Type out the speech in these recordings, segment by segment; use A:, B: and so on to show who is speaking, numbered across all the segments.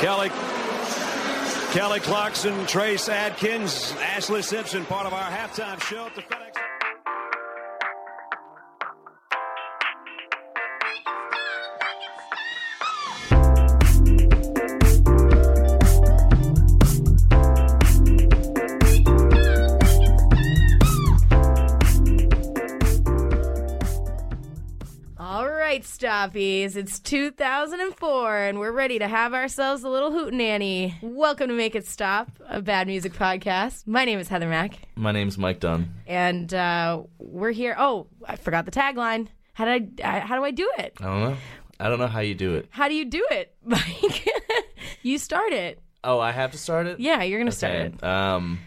A: Kelly, Kelly Clarkson, Trace Adkins, Ashley Simpson, part of our halftime show at the FedEx.
B: All right, stoppies. It's 2004, and we're ready to have ourselves a little hootenanny. Welcome to Make It Stop, a bad music podcast. My name is Heather Mack,
C: My name's Mike Dunn.
B: and uh, we're here. Oh, I forgot the tagline. How did I, I? How do I do it?
C: I don't know. I don't know how you do it.
B: How do you do it, Mike? you start it.
C: Oh, I have to start it.
B: Yeah, you're gonna start
C: Okay.
B: it.
C: Um.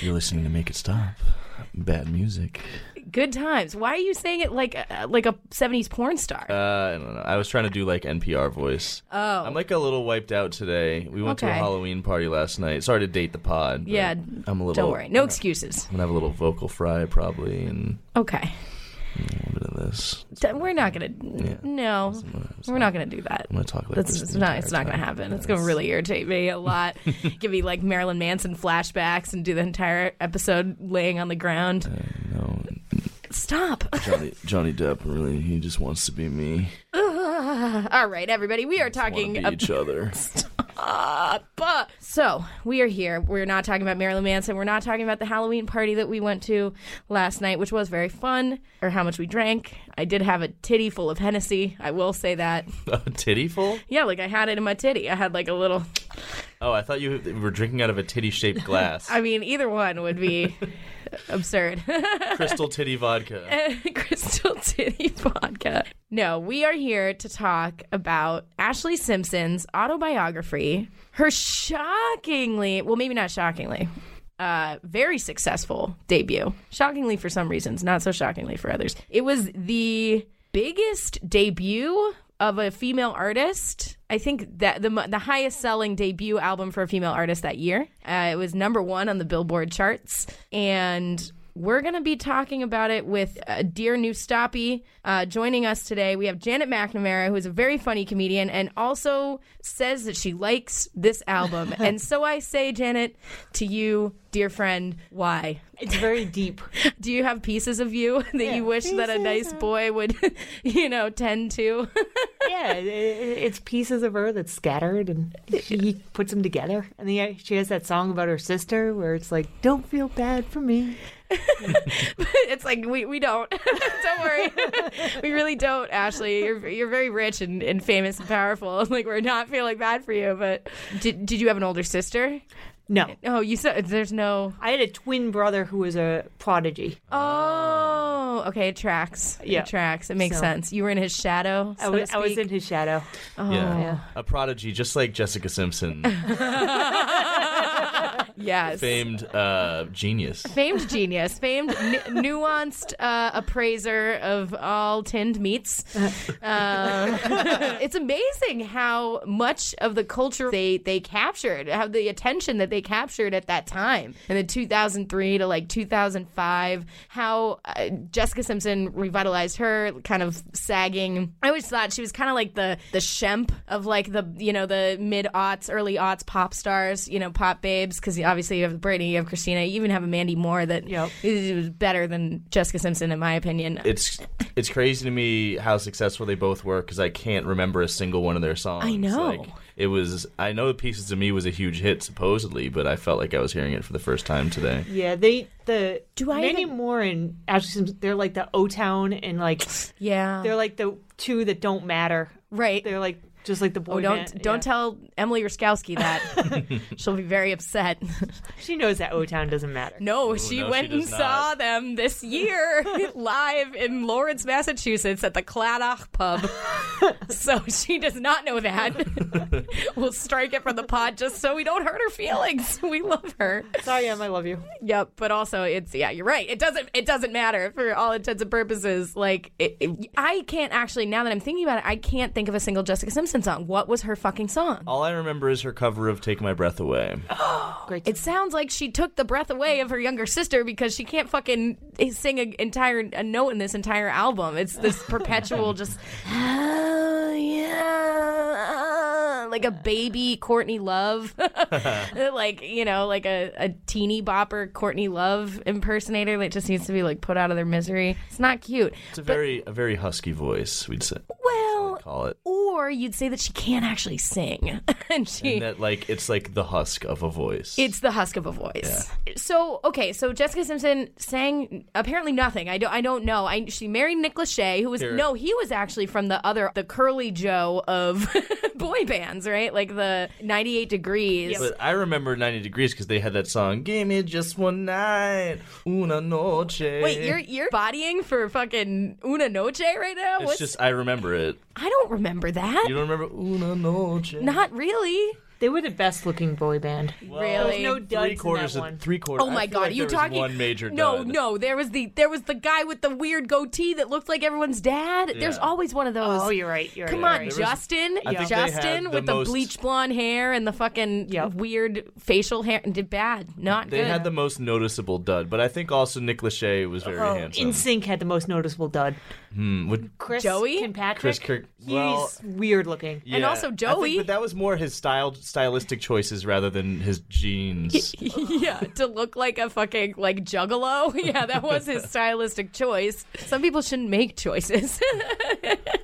C: you're listening to Make It Stop. Bad music.
B: Good times. Why are you saying it like a, like a 70s porn star?
C: Uh, I don't know. I was trying to do like NPR voice. Oh. I'm like a little wiped out today. We went to a
B: Okay.
C: Halloween party last night. Sorry to date the pod. but
B: yeah.
C: I'm a little.
B: Don't worry. No excuses.
C: I'm gonna have a little vocal fry probably, and
B: Okay.
C: a little bit of this.
B: D- We're not gonna. No, we're not gonna do that.
C: I'm gonna talk like
B: That's
C: this.
B: it's
C: the
B: not.
C: entire
B: It's not going to
C: time.
B: happen. It's going to really irritate me a lot. Give me like Marilyn Manson flashbacks and do the entire episode laying on the ground.
C: Uh, No,
B: Stop.
C: Johnny, Johnny Depp really. He just wants to be me.
B: All right, everybody. We are
C: Want to
B: talking
C: be
B: ab-
C: each other.
B: But so we are here. We're not talking about Marilyn Manson. We're not talking about the Halloween party that we went to last night, which was very fun, or how much we drank. I did have a titty full of Hennessy. I will say that.
C: A titty full?
B: Yeah, like I had it in my titty. I had like a little.
C: Oh, I thought you were drinking out of a titty shaped glass.
B: I mean, either one would be absurd.
C: Crystal titty vodka.
B: Crystal Titty Vodka. No, we are here to talk about Ashley Simpson's autobiography. Her shockingly, well, maybe not shockingly, uh, very successful debut. Shockingly for some reasons, not so shockingly for others. It was the biggest debut of a female artist. I think that the mo- the highest selling debut album for a female artist that year. Uh, it was number one on the Billboard charts, and we're going to be talking about it with uh, dear new stoppy uh, joining us today we have janet mcnamara who is a very funny comedian and also says that she likes this album and so i say janet to you dear friend why
D: It's very deep.
B: do you have pieces of you that you wish that a nice boy would you know tend to
D: yeah, it, it- it's pieces of her that's scattered, and he puts them together. And then she has that song about her sister, where it's like, "Don't feel bad for me."
B: it's like we, we don't don't worry we really don't ashley you're, you're very rich and, and famous and powerful like we're not feeling bad for you but did, did you have an older sister
D: No,
B: Oh, you said there's no.
D: I had a twin brother who was a prodigy.
B: Oh, okay. It tracks.
D: Yeah.
B: It tracks. It makes
D: So-
B: sense. You were in his shadow. So
D: I was, I was in his shadow.
B: Oh,
C: Yeah. A prodigy, just like Jessica Simpson.
B: Yes.
C: famed uh, genius.
B: Famed genius, famed nu- nuanced uh, appraiser of all tinned meats. Uh, it's amazing how much of the culture they, they captured, how the attention that they captured at that time, in the 2003 to like 2005, how uh, Jessica Simpson revitalized her, kind of sagging. I always thought she was kind of like the the Shemp of like the you know the mid aughts, early aughts pop stars, you know pop babes, because obviously you have Britney, you have Christina, you even have a Mandy Moore that
D: Yep.
B: is is better than Jessica Simpson in my opinion.
C: It's it's crazy to me how successful they both were because I can't remember a single one of their songs.
B: I know.
C: Like, it was I know Pieces of Me was a huge hit supposedly, but I felt like I was hearing it for the first time today.
D: Yeah, they the
B: Do I
D: Mandy
B: even-
D: Moore and Ashley Simpson. They're like the O Town and like
B: yeah,
D: they're like the two that don't matter.
B: right.
D: They're like just like the boy.
B: Oh, don't
D: band-
B: don't
D: yeah.
B: tell Emily Raskowski that. She'll be very upset.
D: She knows that O Town doesn't matter.
B: No, she
C: Oh, no, she
B: went
C: does
B: and
C: not.
B: saw them this year live in Lawrence, Massachusetts at the Cladach pub. so she does not know that. we'll strike it from the pod just so we don't hurt her feelings. We love her.
D: Sorry, Em, I love you.
B: Yep, but also it's yeah, you're right. It doesn't it doesn't matter for all intents and purposes. Like it, it- I can't actually now that I'm thinking about it, I can't think of a single Jessica Simpson song. What was her fucking song?
C: All I remember is her cover of Take My Breath Away.
B: Uh,
D: Great.
B: It sounds like she took the breath away of her younger sister because she can't fucking sing an entire a note in this entire album. It's this perpetual just "Ah, yeah," like a baby Courtney Love, like you know, like a, a teeny bopper Courtney Love impersonator that just needs to be like put out of their misery. It's not cute.
C: It's a very a very husky voice, we'd say
B: Well,
C: call it.
B: or you'd say that she can't actually sing, and she
C: And that like it's like the husk of a voice.
B: It's the husk of a voice. So okay, so Jessica Simpson sang apparently nothing. I don't. I don't know. I she married Nick Lachey, who was
C: Here.
B: no, he was actually from the other the Curly Joe of boy bands, right? Like the 98 Degrees.
C: But I remember 90 Degrees because they had that song, Give Me Just One Night, Una Noche.
B: Wait, you're you're bodying for fucking Una Noche right now?
C: It's
B: What's,
C: just, I remember it.
B: I don't remember that.
C: You don't remember Una Noche?
B: Not really.
D: They were the best looking boy band.
B: really.
D: No duds
C: Three quarters
D: in that
C: of
D: one.
C: three quarters.
B: Oh my
C: I feel
B: god,
C: like
B: are you
C: there was
B: talking
C: one major
B: No,
C: dud.
B: no, there was the there was the guy with the weird goatee that looked like everyone's dad. There's
C: Yeah.
B: always one of those.
D: Oh, you're right. You're
B: Come
D: right,
B: on,
D: you're
C: was-
D: right.
B: Justin.
C: I think they had
B: Justin
C: the
B: with the
C: most-
B: bleach blonde hair and the fucking
D: Yep.
B: weird facial hair and did bad. Not
C: They
B: good.
C: had the most noticeable dud, but I think also Nick Lachey was
B: Oh,
C: very handsome. Mm,
D: In Sync had the most noticeable dud.
C: Would-
D: Chris
B: Joey?
D: Kilpatrick.
C: Chris Kirk.
D: He's
C: Well,
D: weird looking.
C: yeah.
B: And also
C: I think-
B: Joey.
C: but that was more his style, stylistic choices rather than his genes.
B: yeah, to look like a fucking like juggalo. Yeah, that was his stylistic choice. Some people shouldn't make choices.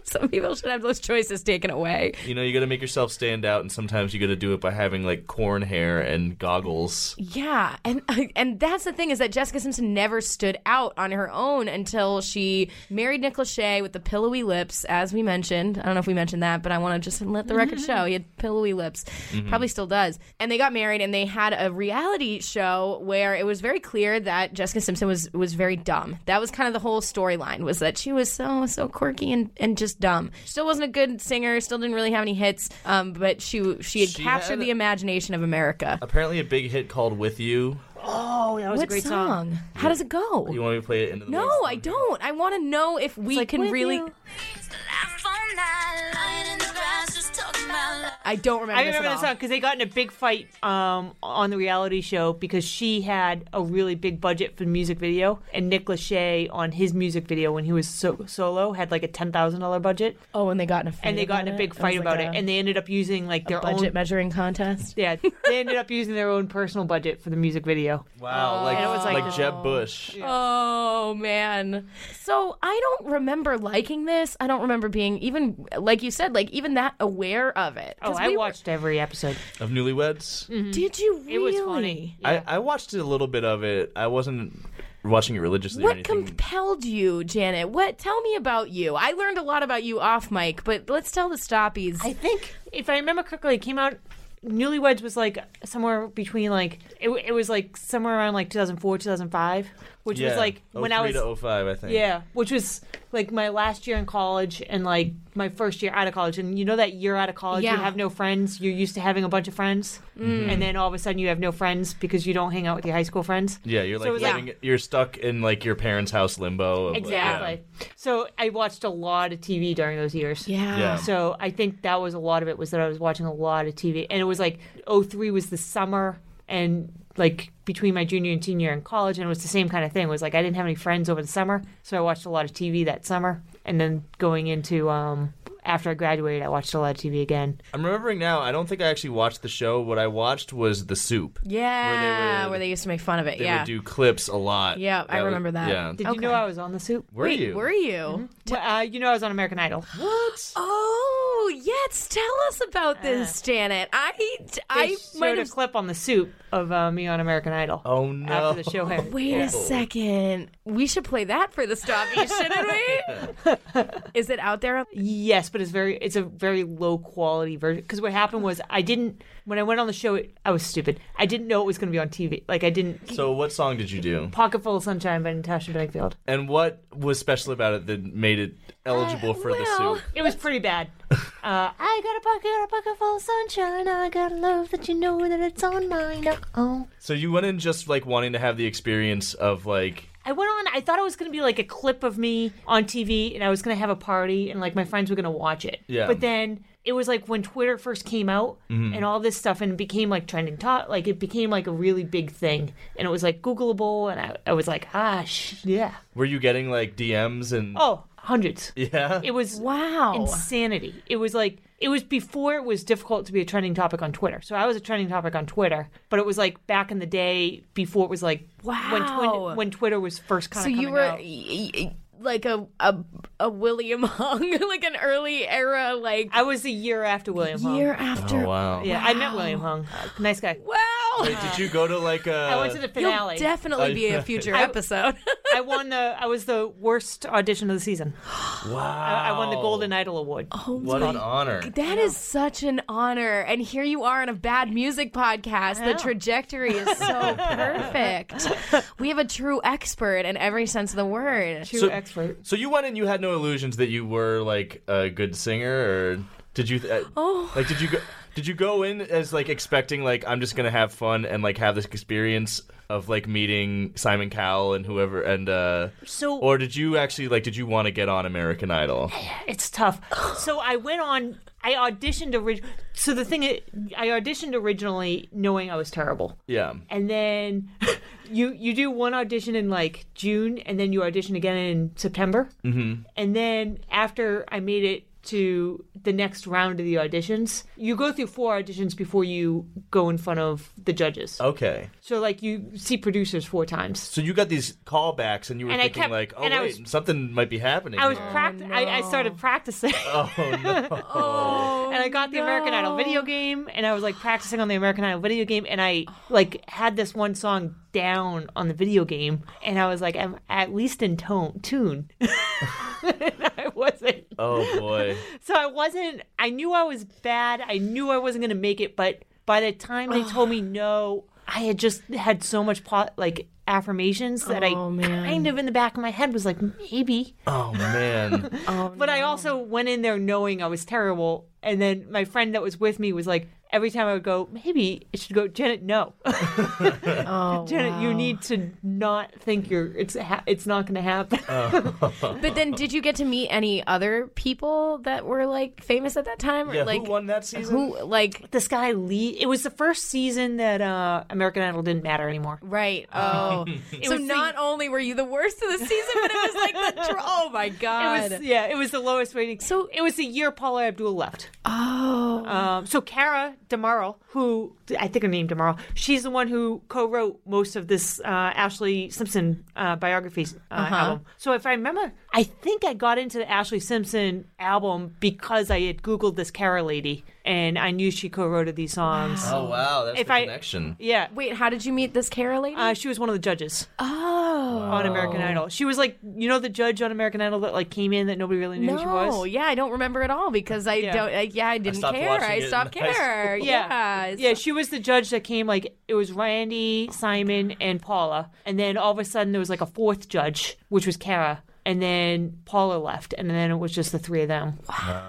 B: Some people should have those choices taken away.
C: You know, you got to make yourself stand out, and sometimes you got to do it by having like corn hair and goggles.
B: Yeah, and and that's the thing is that Jessica Simpson never stood out on her own until she married Nick Lachey with the pillowy lips, as we mentioned. I don't know if we mentioned that, but I want to just let the record show he had pillowy lips,
C: Mm-hmm.
B: probably still does. And they got married, and they had a reality show where it was very clear that Jessica Simpson was was very dumb. That was kind of the whole storyline was that she was so so quirky and and just dumb. Still wasn't a good singer. Still didn't really have any hits. Um, but she she had
C: She
B: captured
C: had-
B: the imagination of America.
C: Apparently, a big hit called "With You."
D: Oh, that was a
B: What
D: great
B: song? How does it go?
C: You want me to play it into the
B: no,
C: mix?
B: I don't. I want to know if we
D: like,
B: can
D: with
B: really.
D: you.
B: I don't remember.
D: I remember
B: this
D: this
B: at all.
D: song because they got in a big fight um, on the reality show because she had a really big budget for the music video, and Nick Lachey on his music video when he was so- solo had like a ten thousand dollar budget,
B: Oh, and they got in a fight
D: and they got in a
B: about
D: big
B: it? It
D: fight
B: was
D: about
B: like
D: it,
B: a
D: and they ended up using like their
B: budget
D: own.
B: measuring contest.
D: yeah, they ended up using their own personal budget for the music video.
C: Wow, Oh, like
D: it was like
C: like,
D: this-
C: Jeb Bush.
B: Oh man. So I don't remember liking this. I don't remember being even like you said, like even that aware of it.
D: Oh,
B: 'Cause
D: I
B: we were-
D: watched every episode.
C: of Newlyweds.
D: Mm-hmm.
B: Did you really?
D: It was funny.
C: I, I watched a little bit of it. I wasn't watching it religiously or
B: What
C: anything.
B: compelled you, Janet? What? Tell me about you. I learned a lot about you off mic, but let's tell the stoppies.
D: I think if I remember correctly, it came out. Newlyweds was like somewhere between like it, it was like somewhere around like 2004 2005 which
C: yeah.
D: was like when I
C: 03
D: was
C: to 05, I think.
D: Yeah, which was like my last year in college and like my first year out of college. And you know that year out of college,
B: Yeah.
D: you have no friends. You're used to having a bunch of friends, and then all of a sudden you have no friends because you don't hang out with your high school friends.
C: Yeah, you're
D: So
C: like
D: it's like-
C: living, you're stuck in like your parents' house limbo. Of, like,
D: Exactly. So I watched a lot of TV during those years.
B: Yeah.
C: Yeah.
D: So I think that was a lot of it was that I was watching a lot of TV, and it was like '03 was the summer, and like between my junior and senior year in college, and it was the same kind of thing. It was like I didn't have any friends over the summer, so I watched a lot of TV that summer, and then going into um, after I graduated, I watched a lot of TV again.
C: I'm remembering now. I don't think I actually watched the show. What I watched was the soup.
B: Yeah,
C: would-
B: where they used to make fun of it.
C: They
B: yeah.
C: would do clips a lot.
B: Yeah, I
C: was-
B: remember that.
C: Yeah.
D: Did
B: Okay.
D: you know I was on the soup?
C: were
B: Wait,
C: you?
B: were you?
D: Well, uh, you know I was on American Idol.
C: What?
B: Oh, yes. Tell us about this, Janet. I, I
D: I
B: might
D: showed a
B: have.
D: clip on the soup of uh, me on American Idol.
C: Oh no.
D: After the show aired.
B: Wait a second. We should play that for the stoppie, shouldn't we? Is it out there?
D: Yes, but it's very it's a very low quality version. Because what happened was I didn't when I went on the show. It, I was stupid. I didn't know it was going to be on TV. Like I didn't.
C: So what song did you do?
D: Pocket Full of Sunshine by Natasha Bedingfield.
C: And what was special about it that made it eligible for
B: well-
C: the soup?
D: It was pretty bad. Uh, I got a pocket, a pocket full of sunshine. I got love that you know that it's on mine. Oh,
C: So you went in just like wanting to have the experience of like
D: I went on. I thought it was going to be like a clip of me on TV, and I was going to have a party, and like my friends were going to watch it.
C: Yeah. Mm-hmm.
D: But then it was like when Twitter first came out, and all this stuff, and it became like trending top. Like it became like a really big thing, and it was like Googleable, and I, I was like, ah, sh- yeah.
C: were you getting like DMs and
D: Oh, hundreds.
C: yeah?
D: It was
B: Wow.
D: insanity. It was like it was before it was difficult to be a trending topic on Twitter. So I was a trending topic on Twitter, but it was like back in the day before it was like when
B: Wow.
D: twin, when Twitter was first kind
B: So
D: of
B: you were y- y- like a, a a William Hung, like an early era, like
D: I was a year after William Hung.
B: year after.
C: oh wow.
D: Yeah, I met William Hung. Nice guy.
B: Wow.
C: Wait, did you go to like a?
D: I went to the
B: You'll
D: finale.
B: definitely be a future episode.
D: I won the. I was the worst audition of the season.
C: wow.
D: I won the Golden Idol award. Oh,
C: What an honor.
B: That is such an honor. And here you are on a bad music podcast. The trajectory is so perfect. We have a true expert in every sense of the word.
D: True
C: So-
D: expert.
C: So you went and you had no illusions that you were like a good singer, or did you? Uh, oh, like did you go? Did you go in as like expecting like I'm just gonna have fun and like have this experience of like meeting Simon Cowell and whoever and uh
D: So-
C: or did you actually like did you want to get on American Idol?
D: It's tough. So I went on. I auditioned originally. So the thing is, I auditioned originally knowing I was terrible.
C: Yeah.
D: and then you you do one audition in like June, and then you audition again in September, mm-hmm. and then after I made it to the next round of the auditions, you go through four auditions before you go in front of the judges.
C: Okay.
D: So like you see producers four times.
C: So you got these callbacks and you were
D: And I
C: thinking
D: kept-
C: like, oh
D: and I
C: wait,
D: was-
C: something might be happening.
D: I was
C: here.
D: practi- I, I started practicing. and I got the American Idol video game, and I was like practicing on the American Idol video game, and I like had this one song down on the video game, and I was like, I'm at least in tone tune. and I wasn't.
C: oh boy.
D: So I wasn't. I knew I was bad. I knew I wasn't gonna make it. But by the time they told me no, I had just had so much po- like affirmations that I kind of in the back of my head was like, maybe.
C: Oh man.
D: But I also went in there knowing I was terrible. And then my friend that was with me was like, every time I would go, maybe it should go, Janet, no. Janet, you need to not think you're, it's, ha- it's not going to happen.
B: But then did you get to meet any other people that were like famous at that time? Or
C: Yeah,
B: like
C: who won that season?
B: who like
D: this guy Lee, it was the first season that uh, American Idol didn't matter anymore.
B: Right. Oh. so not only were you the worst of the season, but it was like the tr- oh my god.
D: It was, yeah, it was the lowest rating. So it was the year Paula Abdul left.
B: oh.
D: Um, so Cara Demaro, who I think her name Demaro, she's the one who co-wrote most of this uh, Ashley Simpson uh, biography uh,
B: Uh-huh.
D: album. So if I remember, I think I got into the Ashley Simpson album because I had Googled this Cara lady, and I knew she co-wrote these songs.
C: oh wow, that's
D: If
C: the
D: I-
C: connection.
D: Yeah.
B: Wait, how did you meet this Carol lady?
D: Uh, she was one of the judges
B: oh.
D: on American Idol. She was like, you know, the judge on American Idol that like came in that nobody really knew
B: No,
D: who she was.
B: yeah, I don't remember at all because I
D: Yeah.
B: don't. I, yeah, I didn't
C: stopped
B: care.
C: watching
B: I
C: it in
B: stopped
C: high school.
B: care.
D: Yeah.
B: Yeah,
D: Yeah, she was the judge that came like it was Randy, Simon, and Paula. And then all of a sudden there was like a fourth judge, which was Kara. and then Paula left, and then it was just the three of them.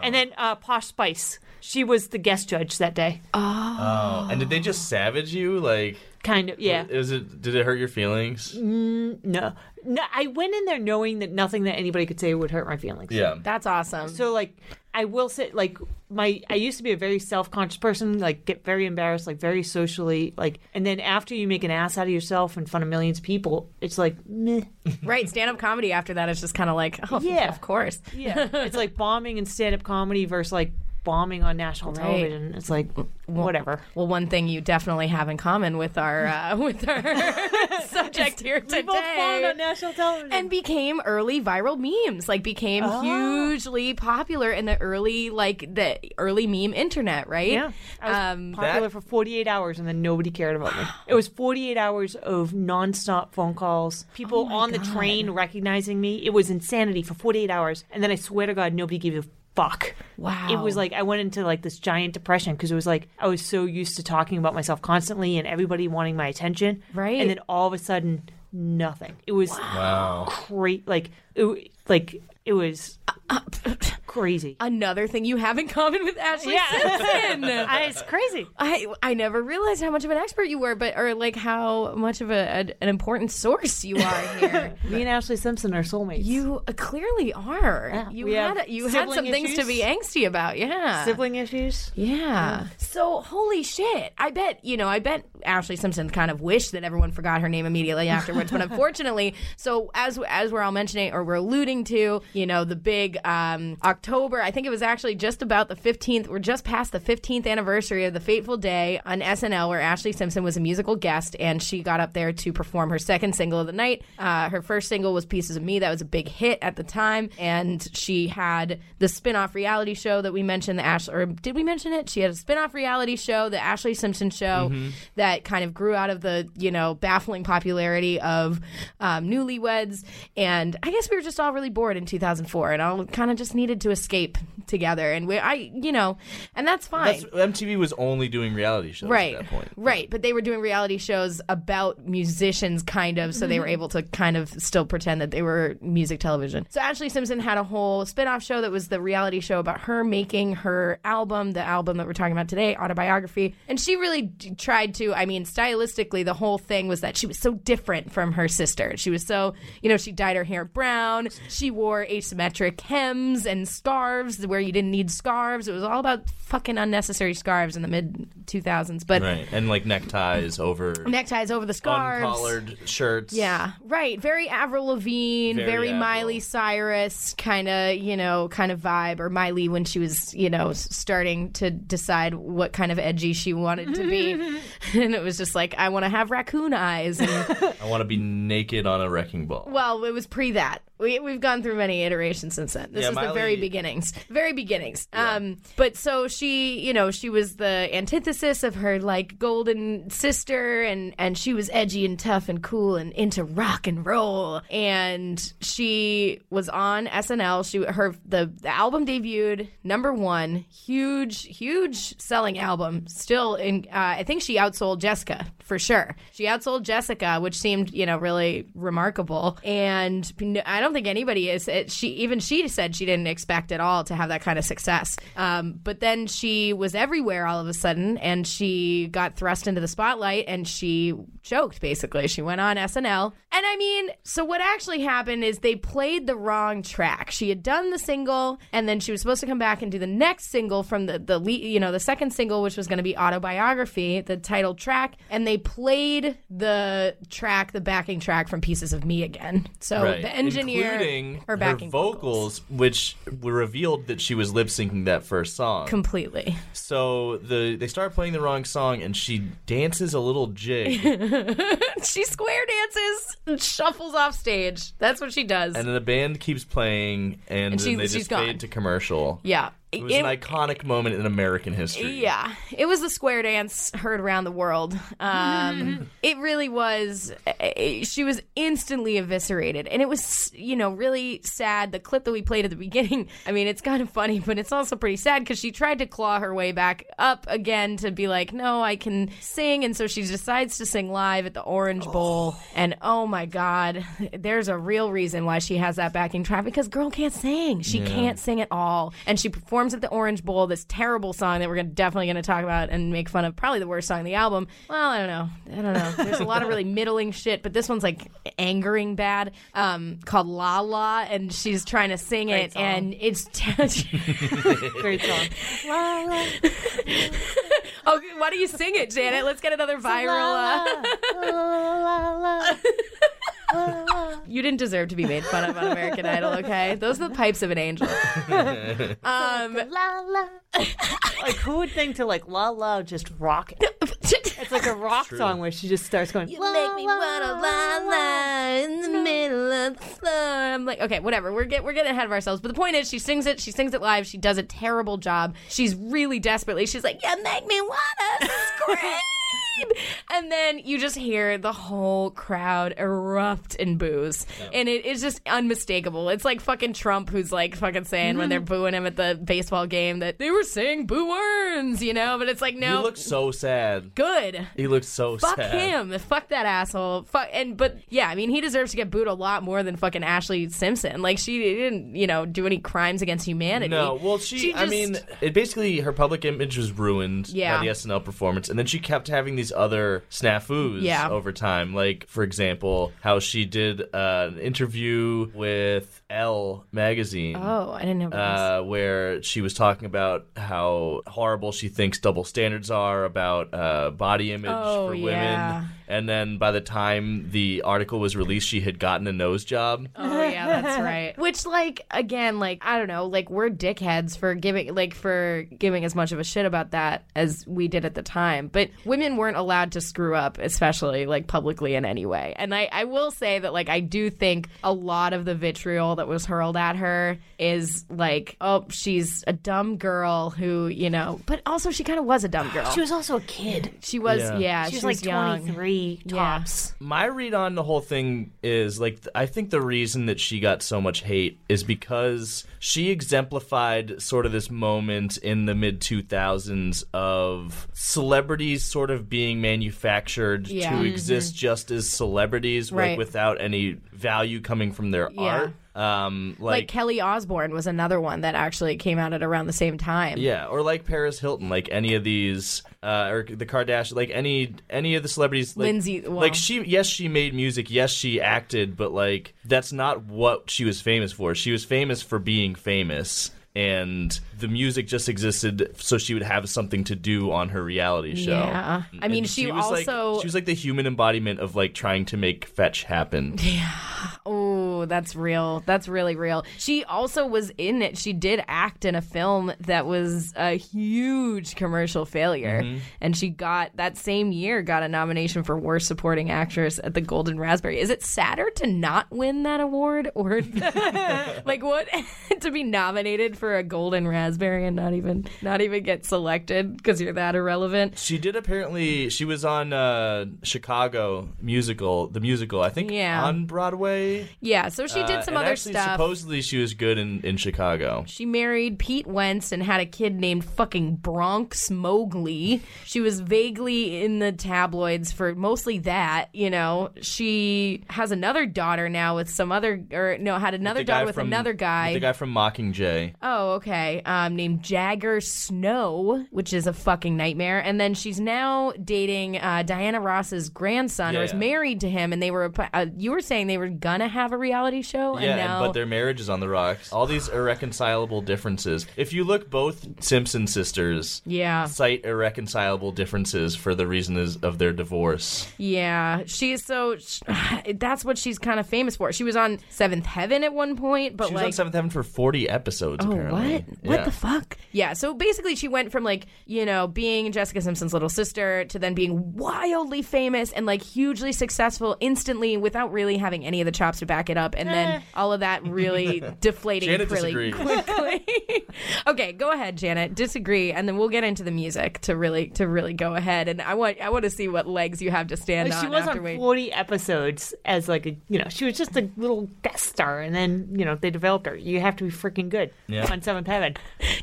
D: And then uh, Posh Spice, she was the guest judge that day.
C: Oh, and did they just savage you? Like,
D: Kind of, yeah.
C: Is it? Did it hurt your feelings?
B: Mm,
D: No, no, I went in there knowing that nothing that anybody could say would hurt my feelings.
C: Yeah.
B: That's awesome.
D: So like, I will say like my I used to be a very self conscious person, like get very embarrassed, like very socially, like. And then after you make an ass out of yourself in front of millions of people, it's like meh.
B: right, stand up comedy after that is just kind of like, oh, yeah,
D: Yeah.
B: of course.
D: Yeah, it's like bombing in stand up comedy versus like bombing on national television. It's like whatever.
B: Well, one thing you definitely have in common with our uh, with our subject here today.
D: national television.
B: and became early viral memes like became
D: Ah.
B: hugely popular in the early like the early meme internet right
D: yeah, I was
B: um
D: popular
C: That-
D: for 48 hours, and then nobody cared about me. It was 48 hours of nonstop phone calls, people on the train recognizing me. It was insanity for 48 hours, and then I swear to God, nobody gave a fuck.
B: Wow.
D: It was like I went into like this giant depression because it was like I was so used to talking about myself constantly and everybody wanting my attention,
B: Right.
D: And then all of a sudden, nothing. It was
C: Wow.
D: great. Like it, like it was crazy.
B: another thing you have in common with ashley simpson
D: I, it's crazy.
B: I, I never realized how much of an expert you were, but or like how much of a, an- an important source you are here.
D: Me and Ashley Simpson are soulmates.
B: you uh, clearly are. you
D: we
B: had
D: have
B: you had
D: sibling
B: some things to
D: issues?
B: be angsty about. Yeah,
D: sibling issues.
B: Yeah. Um, So holy shit. I bet, you know, I bet Ashley Simpson kind of wished that everyone forgot her name immediately afterwards, but unfortunately, so as as we're all mentioning or we're alluding to, you know, the big um October, I think it was actually just about the 15th, we're just past the 15th anniversary of the fateful day on SNL where Ashley Simpson was a musical guest and she got up there to perform her second single of the night. Uh, her first single was Pieces of Me. That was a big hit at the time. And she had the spin off reality show that we mentioned, the Ashley, or did we mention it? She had a spin off reality show, the Ashley Simpson show,
C: Mm-hmm.
B: that kind of grew out of the, you know, baffling popularity of um, newlyweds. And I guess we were just all really bored in 2004 and all kind of just needed to escape together. And we, I, you know, and that's fine.
C: That's, MTV was only doing reality shows
B: Right.
C: at that point.
B: Right. But they were doing reality shows about musicians, kind of, so they were able to kind of still pretend that they were music television. So Ashley Simpson had a whole spin off show that was the reality show about her making her album, the album that we're talking about today, Autobiography. And she really d- tried to, I mean, stylistically, the whole thing was that she was so different from her sister. She was so, you know, she dyed her hair brown. She wore asymmetric hems and scarves where you didn't need scarves. It was all about fucking unnecessary scarves in the mid 2000s. But
C: Right. And like neckties over
B: neckties over the scarves.
C: uncollared shirts.
B: Yeah, right. Very Avril Lavigne, very,
C: Very Avril.
B: Miley Cyrus kind of, you know, kind of vibe, or Miley when she was, you know, s- starting to decide what kind of edgy she wanted to be. and it was just like, I want to have raccoon eyes. And,
C: I want to be naked on a wrecking ball.
B: well, it was pre that. We, we've gone through many iterations since then. This
C: Yeah,
B: is the very
C: Miley-
B: beginnings. Very beginnings. Um, but so she, you know, she was the antithesis of her like golden sister, and and she was edgy and tough and cool and into rock and roll. And she was on SNL. She her the, the album debuted number one, huge huge selling album. Still in, uh, I think she outsold Jessica for sure. She outsold Jessica, which seemed you know really remarkable. And n- I don't think anybody is. It, she even she said she didn't expect at all to have that kind of success. Um, but then she was everywhere all of a sudden, and she got thrust into the spotlight, and she choked basically. She went on SNL, and I mean, so what actually happened is they played the wrong track. She had done the single, and then she was supposed to come back and do the next single from the the lead, you know the second single, which was going to be autobiography, the title track, and they played the track, the backing track from Pieces of Me again. So
C: Right.
B: Oh, the engineer,
C: Including
B: her backing
C: vocals, which were revealed that she was lip syncing that first song.
B: completely.
C: so the they start playing the wrong song, and she dances a little jig, and
B: She square dances, and shuffles off stage. That's what she does.
C: then the band keeps playing, and,
B: And she-
C: then they
B: she's
C: just
B: gone.
C: fade to commercial.
B: yeah.
C: It was an iconic moment in American history.
B: Yeah, it was the square dance heard around the world. Um, it really was. eh, She was instantly eviscerated, and it was you know really sad. The clip that we played at the beginning. I mean, it's kind of funny, but it's also pretty sad because she tried to claw her way back up again to be like, no, I can sing, and so she decides to sing live at the Orange Bowl. And oh my God, there's a real reason why she has that backing track because girl can't sing. She can't sing at all, and she performs at the Orange Bowl this terrible song that we're gonna, definitely going to talk about and make fun of. Probably the worst song on the album. Well, I don't know. I don't know. There's a lot of really middling shit, but this one's like angering bad. Um, called La La, and she's trying to sing it,
D: song.
B: and it's. T-
D: Great song.
B: Oh, why don't you sing it, Janet? Let's get another viral. Uh... you didn't deserve to be made fun of on American Idol, okay? Those are the pipes of an angel. um,
D: Like who would think to like La La just rock it? It's like a rock song where she just starts going. "La,
B: make me wanna la la in the middle of the floor. I'm like, okay, whatever. We're get we're getting ahead of ourselves. But the point is, she sings it. She sings it live. She does a terrible job. She's really desperately. She's like, you make me wanna scream. And then you just hear the whole crowd erupt in boos. And it is just unmistakable. It's like fucking Trump who's like fucking saying when they're booing him at the baseball game that they were saying boo worms, you know? But it's like,
C: He
B: no,
C: looked so sad.
B: good
C: He looked so
B: fuck
C: sad.
B: him fuck that asshole fuck and but yeah i mean he deserves to get booed a lot more than fucking ashley simpson like she didn't you know do any crimes against humanity
C: No, well, she. I
B: just-
C: mean, it basically her public image was ruined
B: Yeah.
C: by the SNL performance, and then she kept having these other snafus
B: Yeah.
C: over time. Like, for example, how she did uh, an interview with Elle magazine.
B: oh i didn't know about this.
C: Uh, where she was talking about how horrible she thinks double standards are about uh, body image
B: Oh,
C: for women.
B: yeah.
C: And then by the time the article was released, she had gotten a nose job.
B: Oh yeah, that's right. Which, like, again, like I don't know, like we're dickheads for giving, like, for giving as much of a shit about that as we did at the time. But women weren't allowed to screw up, especially like publicly in any way. And I, I will say that, like, I do think a lot of the vitriol that was hurled at her is like, oh, she's a dumb girl who, you know, but also she kind of was a dumb girl.
D: She was also a kid.
B: She was, yeah,
C: Yeah.
D: She
B: she
D: was like
B: young.
D: 23 tops.
C: My read on the whole thing is like th- I think the reason that she got so much hate is because she exemplified sort of this moment in the mid 2000s of celebrities sort of being manufactured
B: Yeah.
C: to
B: Mhm.
C: exist just as celebrities like,
B: Right.
C: without any value coming from their
B: Yeah.
C: art. Um
B: Like,
C: like,
B: Kelly Osbourne was another one that actually came out at around the same time.
C: yeah, or like Paris Hilton, like any of these, uh, or the Kardashian, like any any of the celebrities, like,
B: Lindsay- well-
C: like she, yes, she made music, yes, she acted, but like that's not what she was famous for. She was famous for being famous, and the music just existed so she would have something to do on her reality show.
B: Yeah. I mean,
C: And
B: she
C: was like-
B: also-
C: she was like the human embodiment of like trying to make fetch happen.
B: Oh, that's real. That's really real. She also was in it. She did act in a film that was a huge commercial failure.
C: Mm-hmm.
B: And she got that same year got a nomination for worst supporting actress at the Golden Raspberry. Is it sadder to not win that award or like what to be nominated for a Golden Raspberry and not even not even get selected cuz you're that irrelevant?
C: She did apparently. She was on uh, Chicago musical, the musical. I think
B: Yeah.
C: on Broadway.
B: Yeah, so she
C: Uh,
B: did some
C: and
B: other
C: actually,
B: stuff.
C: Supposedly, she was good in, in Chicago.
B: She married Pete Wentz and had a kid named fucking Bronx Mowgli. She was vaguely in the tabloids for mostly that, you know. She has another daughter now with some other, or no, had another
C: The guy
B: daughter with
C: from-
B: another guy.
C: The guy from Mockingjay.
B: Oh, okay. Um, named Jagger Snow, which is a fucking nightmare. And then she's now dating uh, Diana Ross's grandson, or
C: Yeah,
B: is
C: yeah.
B: married to him. And they were, uh, you were saying they were gonna have a reality show,
C: Yeah,
B: and now
C: and- but their marriage is on the rocks. All these irreconcilable differences. If you look, both Simpson sisters
B: yeah.
C: cite irreconcilable differences for the reason is of their divorce.
B: Yeah, she's so. Sh that's what she's kind of famous for. She was on Seventh Heaven at one point, but
C: She was
B: like.
C: on Seventh Heaven for forty episodes.
B: Oh,
C: apparently.
B: what? What
C: Yeah.
B: the fuck? Yeah, so basically she went from like, you know, being Jessica Simpson's little sister to then being wildly famous and like hugely successful instantly without really having any of the chops to back it up, and
D: Eh.
B: then all of that really deflating
C: Janet
B: really
C: disagrees.
B: quickly. okay, go ahead, Janet. Disagree, and then we'll get into the music to really to really go ahead. And I want I want to see what legs you have to stand
D: Like,
B: on
D: she was
B: after
D: on
B: we.
D: 40 episodes as like a you know she was just a little guest star and then you know they developed her you have to be freaking good
C: Yeah.
D: on seventh heaven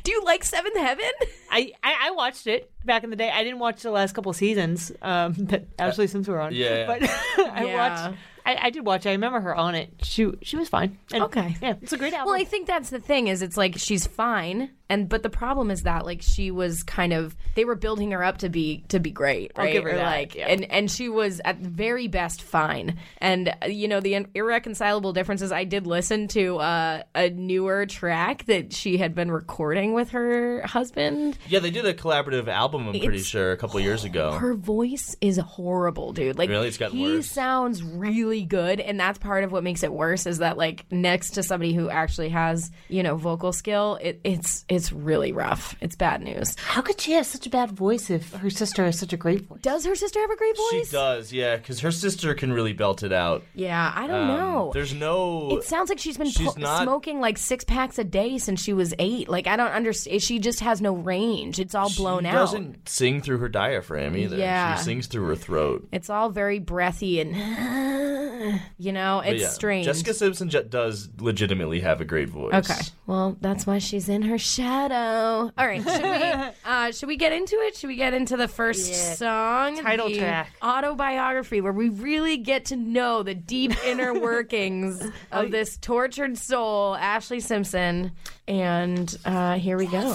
B: Do you like Seventh Heaven?
D: I, I i watched it back in the day i didn't watch the last couple seasons um that actually since we're on
C: Uh, yeah.
D: but i
B: Yeah.
D: watched I, I did watch it. i remember her on it she she was fine And,
B: Okay.
D: yeah it's a great album
B: Well, I think that's the thing is it's like she's fine and but the problem is that like she was kind of they were building her up to be to be great, right?
D: give her
B: Or,
D: that,
B: like
D: yeah.
B: and and she was at the very best fine. And uh, you know the in- irreconcilable differences I did listen to uh, a newer track that she had been recording with her husband.
C: Yeah, they did a collaborative album. I'm pretty
B: It's
C: sure a couple years ago.
B: Her voice is horrible, dude. Like
C: Really? It's gotten
B: he
C: worse?
B: sounds really good, and that's part of what makes it worse is that like next to somebody who actually has you know vocal skill, it, it's it's really rough. It's bad news.
D: how could she have such a bad voice if her sister has such a great voice
B: Does her sister have a great
C: she
B: voice?
C: does, yeah, because her sister can really belt it out.
B: Yeah, I don't
C: Um,
B: know.
C: There's no.
B: It sounds like she's been
C: She's
B: po-
C: not-
B: smoking like six packs a day since she was eight. Like I don't understand. She just has no range. It's all blown
C: she
B: out.
C: doesn't sing through her diaphragm either.
B: Yeah.
C: She sings through her throat.
B: It's all very breathy and you know
C: But
B: it's
C: yeah,
B: strange.
C: Jessica Simpson ju- does legitimately have a great voice.
B: Okay. Well, that's why she's in her shadow. All right. Should we, uh, should we get into it? Should we get into the first song?
D: Title
B: the
D: track.
B: Autobiography, where we really get to know the deep inner workings
D: Oh,
B: of this tortured soul, Ashley Simpson. And uh, here we go.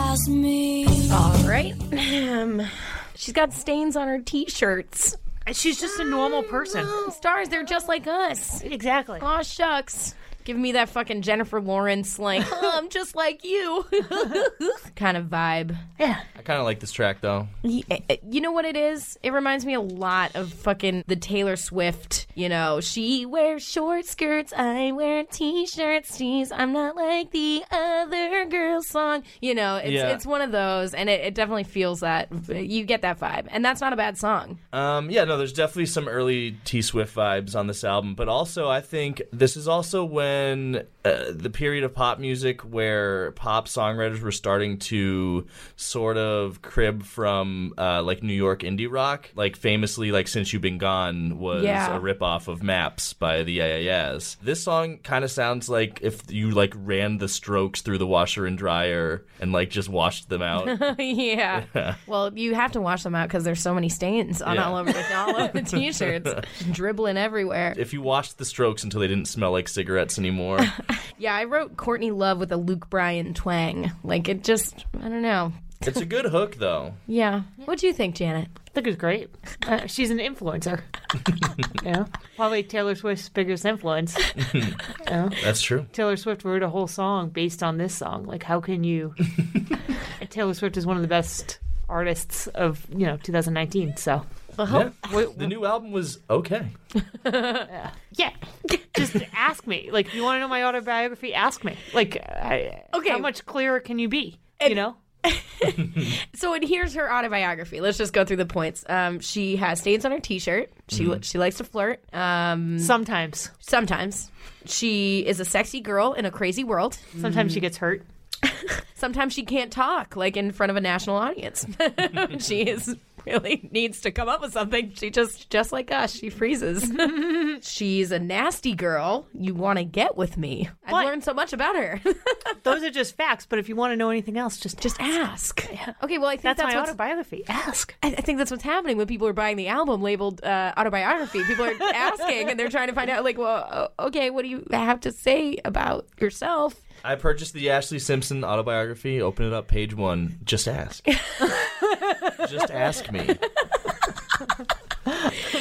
B: All right. Um, she's got stains on her t shirts.
D: she's just a normal person
B: Stars, they're just like us.
D: exactly
B: Aw, shucks. Give me that fucking Jennifer Lawrence, like, "Huh, I'm just like you kind of vibe.
C: I kind of like this track though.
B: Y- uh, You know what it is? It reminds me a lot of fucking the Taylor Swift, you know, she wears short skirts, I wear t shirts, she's, I'm not like the other girl song. You know, it's,
C: Yeah.
B: it's one of those, and it, it definitely feels that. You get that vibe. And that's not a bad song.
C: Um, yeah, no, there's definitely some early T Swift vibes on this album, but also I think this is also when uh, the period of pop music where pop songwriters were starting to sort of crib from uh, like New York indie rock, like famously like "Since You've Been Gone" was
B: Yeah.
C: a ripoff of "Maps" by the Yeah Yeah Yeahs. This song kind of sounds like if you like ran the Strokes through the washer and dryer and like just washed them out.
B: yeah. Well, you have to wash them out because there's so many stains on
C: Yeah.
B: all over the, all over the t-shirts, Just dribbling everywhere.
C: if you washed the Strokes until they didn't smell like cigarettes anymore.
B: Yeah, I wrote Courtney Love with a Luke Bryan twang. Like it just, I don't know.
C: It's a good hook, though.
B: Yeah. What do you think, Janet?
D: I think it's great. Uh, she's an influencer. yeah, probably Taylor Swift's biggest influence.
C: That's true.
D: Taylor Swift wrote a whole song based on this song. Like, how can you? Taylor Swift is one of the best artists of you know 2019. So
C: The new album was okay.
D: yeah, just ask me. Like, if you want to know my autobiography? Ask me. Like, I,
B: Okay.
D: how much clearer can you be? you know,
B: So, and here's her autobiography. Let's just go through the points. Um, she has stains on her t-shirt. She
D: Mm-hmm.
B: she likes to flirt. Um,
D: sometimes,
B: sometimes she is a sexy girl in a crazy world.
D: sometimes she gets hurt.
B: sometimes she can't talk like in front of a national audience she is really needs to come up with something she just just like us she freezes she's a nasty girl you want to get with me i've
D: What?
B: learned so much about her
D: Those are just facts. But if you want to know anything else, just
B: just ask okay well i think
D: That's,
B: that's,
D: my
B: what's
D: autobiography. Ask.
B: I I think that's what's happening when people are buying the album labeled uh, autobiography. People are asking and they're trying to find out, like, well, o- okay, what do you have to say about yourself?
C: I purchased the Ashley Simpson autobiography. Open it up, page one. Just ask. Just ask me.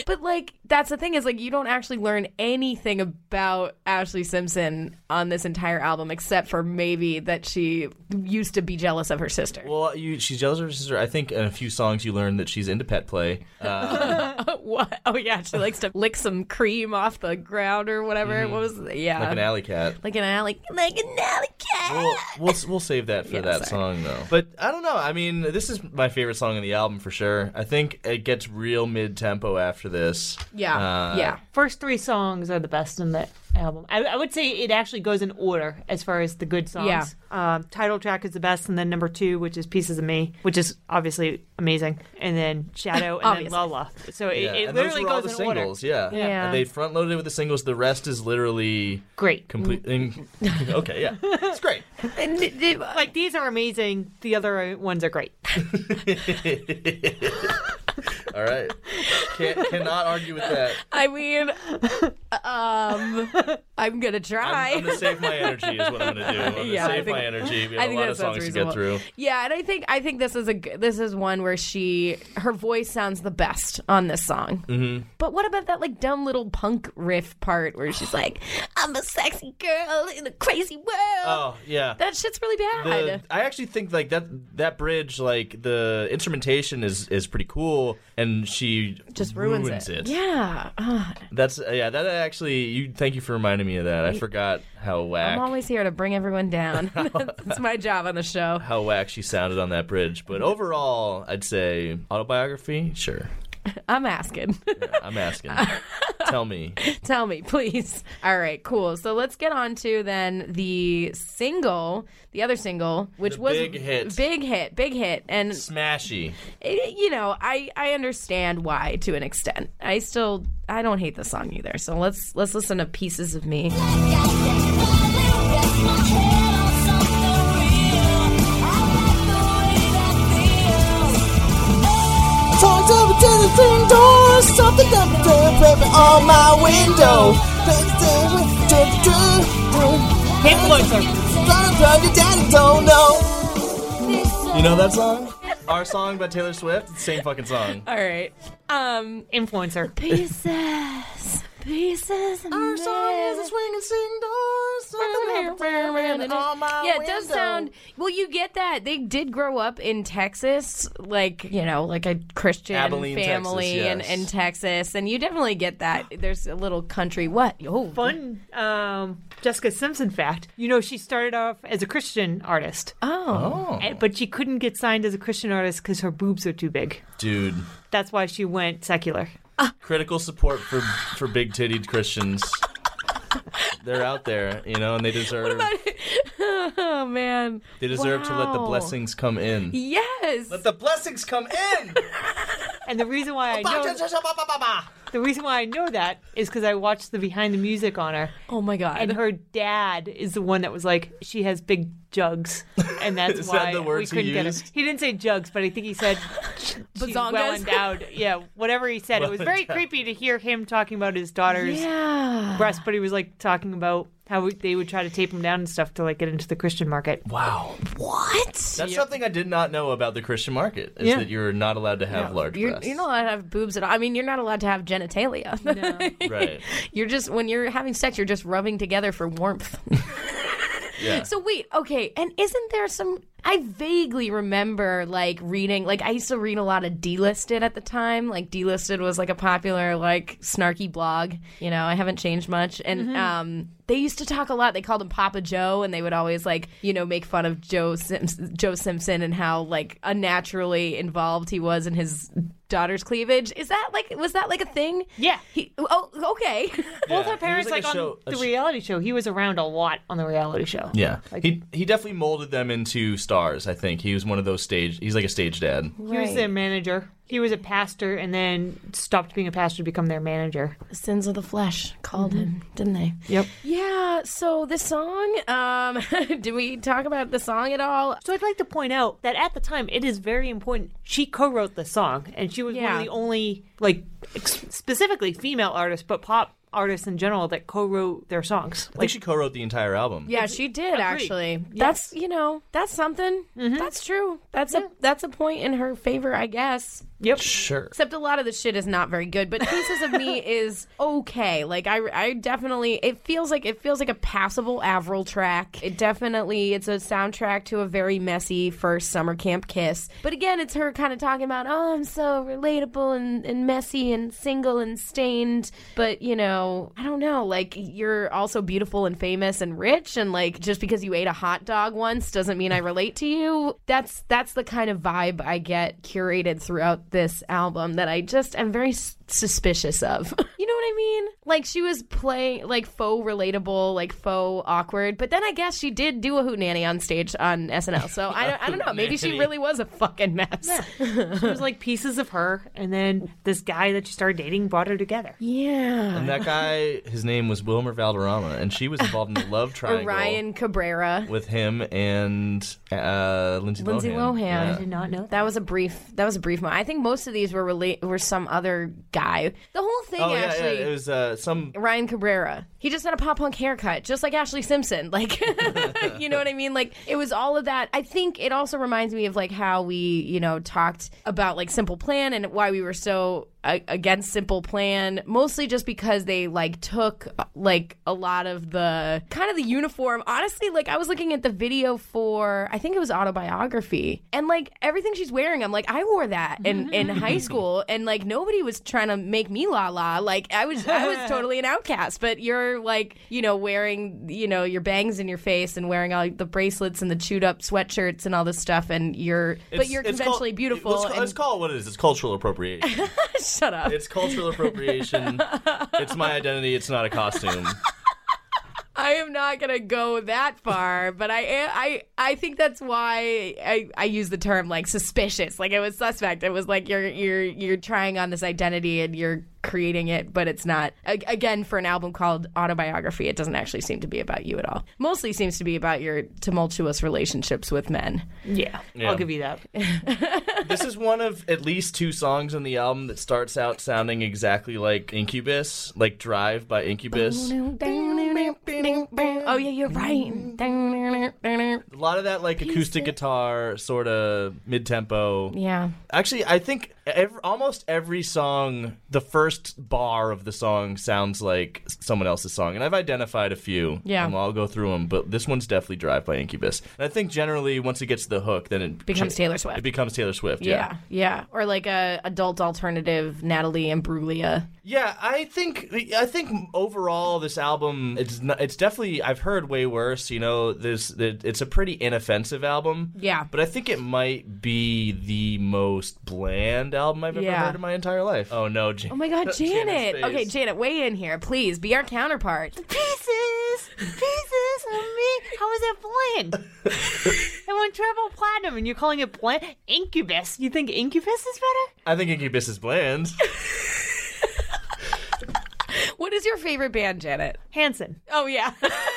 B: But like that's the thing is like you don't actually learn anything about Ashley Simpson on this entire album except for maybe that she used to be jealous of her sister.
C: Well, you, she's jealous of her sister. I think in a few songs you learn that she's into pet play. Uh,
B: what? Oh yeah, she likes to lick some cream off the ground or whatever. What was yeah?
C: Mm-hmm. like an alley cat.
B: Like an alley. Like an alley cat.
C: We'll, we'll we'll save that for
B: Yeah,
C: that
B: sorry.
C: song though. But I don't know. I mean, this is my favorite song on the album for sure. I think it gets real mid tempo after this.
B: yeah.
C: Uh,
B: yeah.
D: First three songs are the best in the album. I, I would say it actually goes in order as far as the good songs.
B: Yeah.
D: Um, title track is the best, and then number two, which is "Pieces of Me," which is obviously amazing, and then "Shadow," and then
B: Obviously.
D: "Lala." So it,
C: Yeah,
D: it
C: and those
D: literally
C: were
D: goes
C: all the
D: in
C: singles.
D: order.
C: Yeah,
B: Yeah.
C: And they front loaded it with the singles. The rest is literally
D: Great.
C: complete. in- okay, yeah, it's great.
D: Like these are amazing. The other ones are great.
C: All right, Can't, cannot argue with that.
B: I mean, um, I'm gonna try.
C: I'm, I'm gonna save my energy is what I'm gonna do. I'm gonna
B: Yeah, I
C: save
B: think-
C: my energy. We
B: I
C: have a
B: think
C: lot
B: that
C: of
B: sounds
C: songs to
B: reasonable.
C: get through.
B: Yeah, and I think I think this is a g- this is one where she her voice sounds the best on this song. Mm-hmm. But what about that like dumb little punk riff part where she's like, "I'm a sexy girl in a crazy world."
C: Oh yeah.
B: that shit's really
C: the,
B: bad.
C: I actually think like that that bridge, like the instrumentation is is pretty cool, and she
B: Just ruins, it. Yeah, Ugh,
C: That's uh, yeah. That actually, you thank you for reminding me of that. I forgot how whack
B: I'm always here to bring everyone down. That's my job on the show.
C: how whack she sounded on that bridge. But overall, I'd say autobiography. Sure,
B: I'm asking.
C: I'm asking. Tell me.
B: Tell me, please. All right, cool. So let's get on to then the single, the other single, which
C: The
B: was
C: big hit.
B: big hit, big hit, and
C: Smashy.
B: it- you know, I I understand why to an extent. I still I don't hate the song either. So let's let's listen to pieces of me.
E: Talk to the telephone door, stop the double door, baby, on my window.
D: Influencer.
E: Trying to plug your daddy, don't know.
C: You know that song? Our song by Taylor Swift. It's the Same fucking song.
B: All right. Um
D: Influencer.
B: pieces pieces of me. Yeah, it does sound. Well, you get that they did grow up in Texas, like you know, like a Christian
C: Abilene,
B: family
C: Texas,
B: in,
C: yes.
B: in Texas, and you definitely get that. There's a little country. What? Oh,
D: Fun um, Jessica Simpson fact. You know, she started off as a Christian artist,
B: oh,
D: and- but she couldn't get signed as a Christian artist because her boobs are too big.
C: Dude,
D: That's why she went secular.
C: critical support for for big titted Christians. They're out there, you know, and they deserve
B: oh man,
C: they deserve to let the
B: Wow.
C: blessings come in.
B: Yes,
C: Let the blessings come in.
D: And the reason why I know
C: That's
D: the reason why I know that is because I watched the behind the music on her,
B: oh my god,
D: and her dad is the one that was like, she has big jugs, and that's
C: Is that
D: why
C: the
D: we
C: words he
D: couldn't get her.
C: used?
D: He didn't say jugs, but I think he said she's well
B: Bazongas?
D: endowed. Yeah, whatever he said, it was very creepy to hear him talking about his daughter's
B: yeah,
D: breast, but he was like talking about how they would try to tape him down and stuff to like get into the Christian market.
C: Wow.
B: what?
C: something I did not know about the Christian market is
D: Yeah.
C: that you're not allowed to have large
B: You're,
C: breasts.
B: you're not allowed to have boobs at all. I mean, you're not allowed to have genitalia.
C: Right.
B: You're just when you're having sex, you're just rubbing together for warmth.
C: Yeah.
B: So wait, okay, and isn't there some? I vaguely remember like reading, like I used to read a lot of Delisted at the time. Like Delisted was like a popular like snarky blog. You know, I haven't changed much, and um, they used to talk a lot. They called him Papa Joe, and they would always like you know make fun of Joe Simpson, Joe Simpson, and how like unnaturally involved he was in his daughter's cleavage. Is that like was that like a thing?
D: Yeah.
B: He, oh, okay.
D: Both
C: Yeah.
D: our parents,
C: He was like
D: like,
C: a
D: on
C: show- a
D: the
C: sh-
D: reality show, he was around a lot on the reality show.
C: Yeah, he he definitely molded them into stars. I think he was one of those stage. He's like a stage dad.
D: He was their manager. He was a pastor and then stopped being a pastor to become their manager.
B: sins of the flesh called him, didn't they?
D: Yep.
B: Yeah. So this song, um, did we talk about the song at all?
D: So I'd like to point out that at the time, it is very important. She co-wrote the song, and she was one
B: Yeah.
D: of the only, like, ex- specifically female artists, but pop artists in general that co-wrote their songs.
C: I think she co-wrote the entire album.
B: Yeah, she did actually. That's you know that's something. That's true. That's a that's a point in her favor, I guess.
D: Yep.
F: Sure.
B: Except a lot of the shit is not very good, but Pieces of Me is okay. Like I, I definitely it feels like it feels like a passable Avril track. It definitely it's a soundtrack to a very messy first summer camp kiss. But again, it's her kind of talking about, "Oh, I'm so relatable and and messy and single and stained, but you know, I don't know, like you're also beautiful and famous and rich and like just because you ate a hot dog once doesn't mean I relate to you." That's that's the kind of vibe I get curated throughout this album that I just am very s- suspicious of. you know what I mean? Like she was playing like faux relatable, like faux awkward, but then I guess she did do a hootenanny on stage on SNL. So I don't, I don't know, maybe she
F: Hootenanny.
B: really was a fucking mess.
D: She was like pieces of her, and then this guy that she started dating brought her together.
B: Yeah.
C: And that guy, his name was Wilmer Valderrama, and she was involved in the love triangle
B: Orion Cabrera.
C: with him and uh, Lindsay,
B: Lindsay
C: Lohan.
B: Lohan.
C: Yeah.
D: Did not know that.
B: That was a brief. That was a brief moment. I think most of these were relate were some other guy. The whole thing
C: Oh yeah,
B: actually.
C: yeah, it was uh, some.
B: Ryan Cabrera. He just had a pop punk haircut, just like Ashley Simpson. Like, you know what I mean? Like, it was all of that. I think it also reminds me of like how we, you know, talked about like Simple Plan and why we were so uh, against Simple Plan, mostly just because they like took uh, like a lot of the kind of the uniform. Honestly, like I was looking at the video for I think it was autobiography, and like everything she's wearing, I'm like I wore that in
C: Mm-hmm.
B: in high school, and like nobody was trying to make me la la. Like I was I was totally an outcast, but you're like you know wearing you know your bangs in your face and wearing all the bracelets and the chewed up sweatshirts and all this stuff, and you're but
C: it's-
B: you're
C: it's
B: conventionally
C: called-
B: beautiful.
C: Let's,
B: and,
C: let's call it what it is. It's cultural appropriation.
B: shut up.
C: it's cultural appropriation. it's my identity. It's not a costume.
B: I am not gonna go that far, but I am, I I think that's why I, I use the term like suspicious. Like it was suspect. It was like you're you're you're trying on this identity and you're creating it, but it's not. A- again, for an album called Autobiography, it doesn't actually seem to be about you at all. Mostly seems to be about your tumultuous relationships with men.
D: yeah.
C: Yeah.
D: I'll give you that.
C: this is one of at least two songs on the album that starts out sounding exactly like Incubus, like Drive by Incubus.
B: Oh yeah, you're right.
C: A lot of that like acoustic guitar sort of mid-tempo.
B: Yeah.
C: Actually, I think ev almost every song, the first bar of the song sounds like someone else's song, and I've identified a few.
B: Yeah.
C: and I'll go through them, but this one's definitely "Drive" by Incubus. And I think generally, once it gets to the hook, then it
B: Becomes Taylor Swift.
C: It becomes Taylor Swift.
B: Yeah, yeah, or like a adult alternative, Natalie and Bruglia.
C: Yeah, I think I think overall this album it's not, it's definitely I've heard way worse. You know, there's it, it's a pretty inoffensive album.
B: Yeah.
C: but I think it might be the most bland album I've ever
B: Yeah.
C: heard in my entire life. Oh no, Jan-
B: Oh my God, Janet!
C: face.
B: Okay, Janet, weigh in here, please. Be our counterpart.
D: Pieces, pieces of me. How is that bland? I want triple platinum, and you're calling it bland. Incubus. You think Incubus is better?
C: I think Incubus is bland.
B: What is your favorite band, Janet?
D: Hanson.
B: Oh yeah,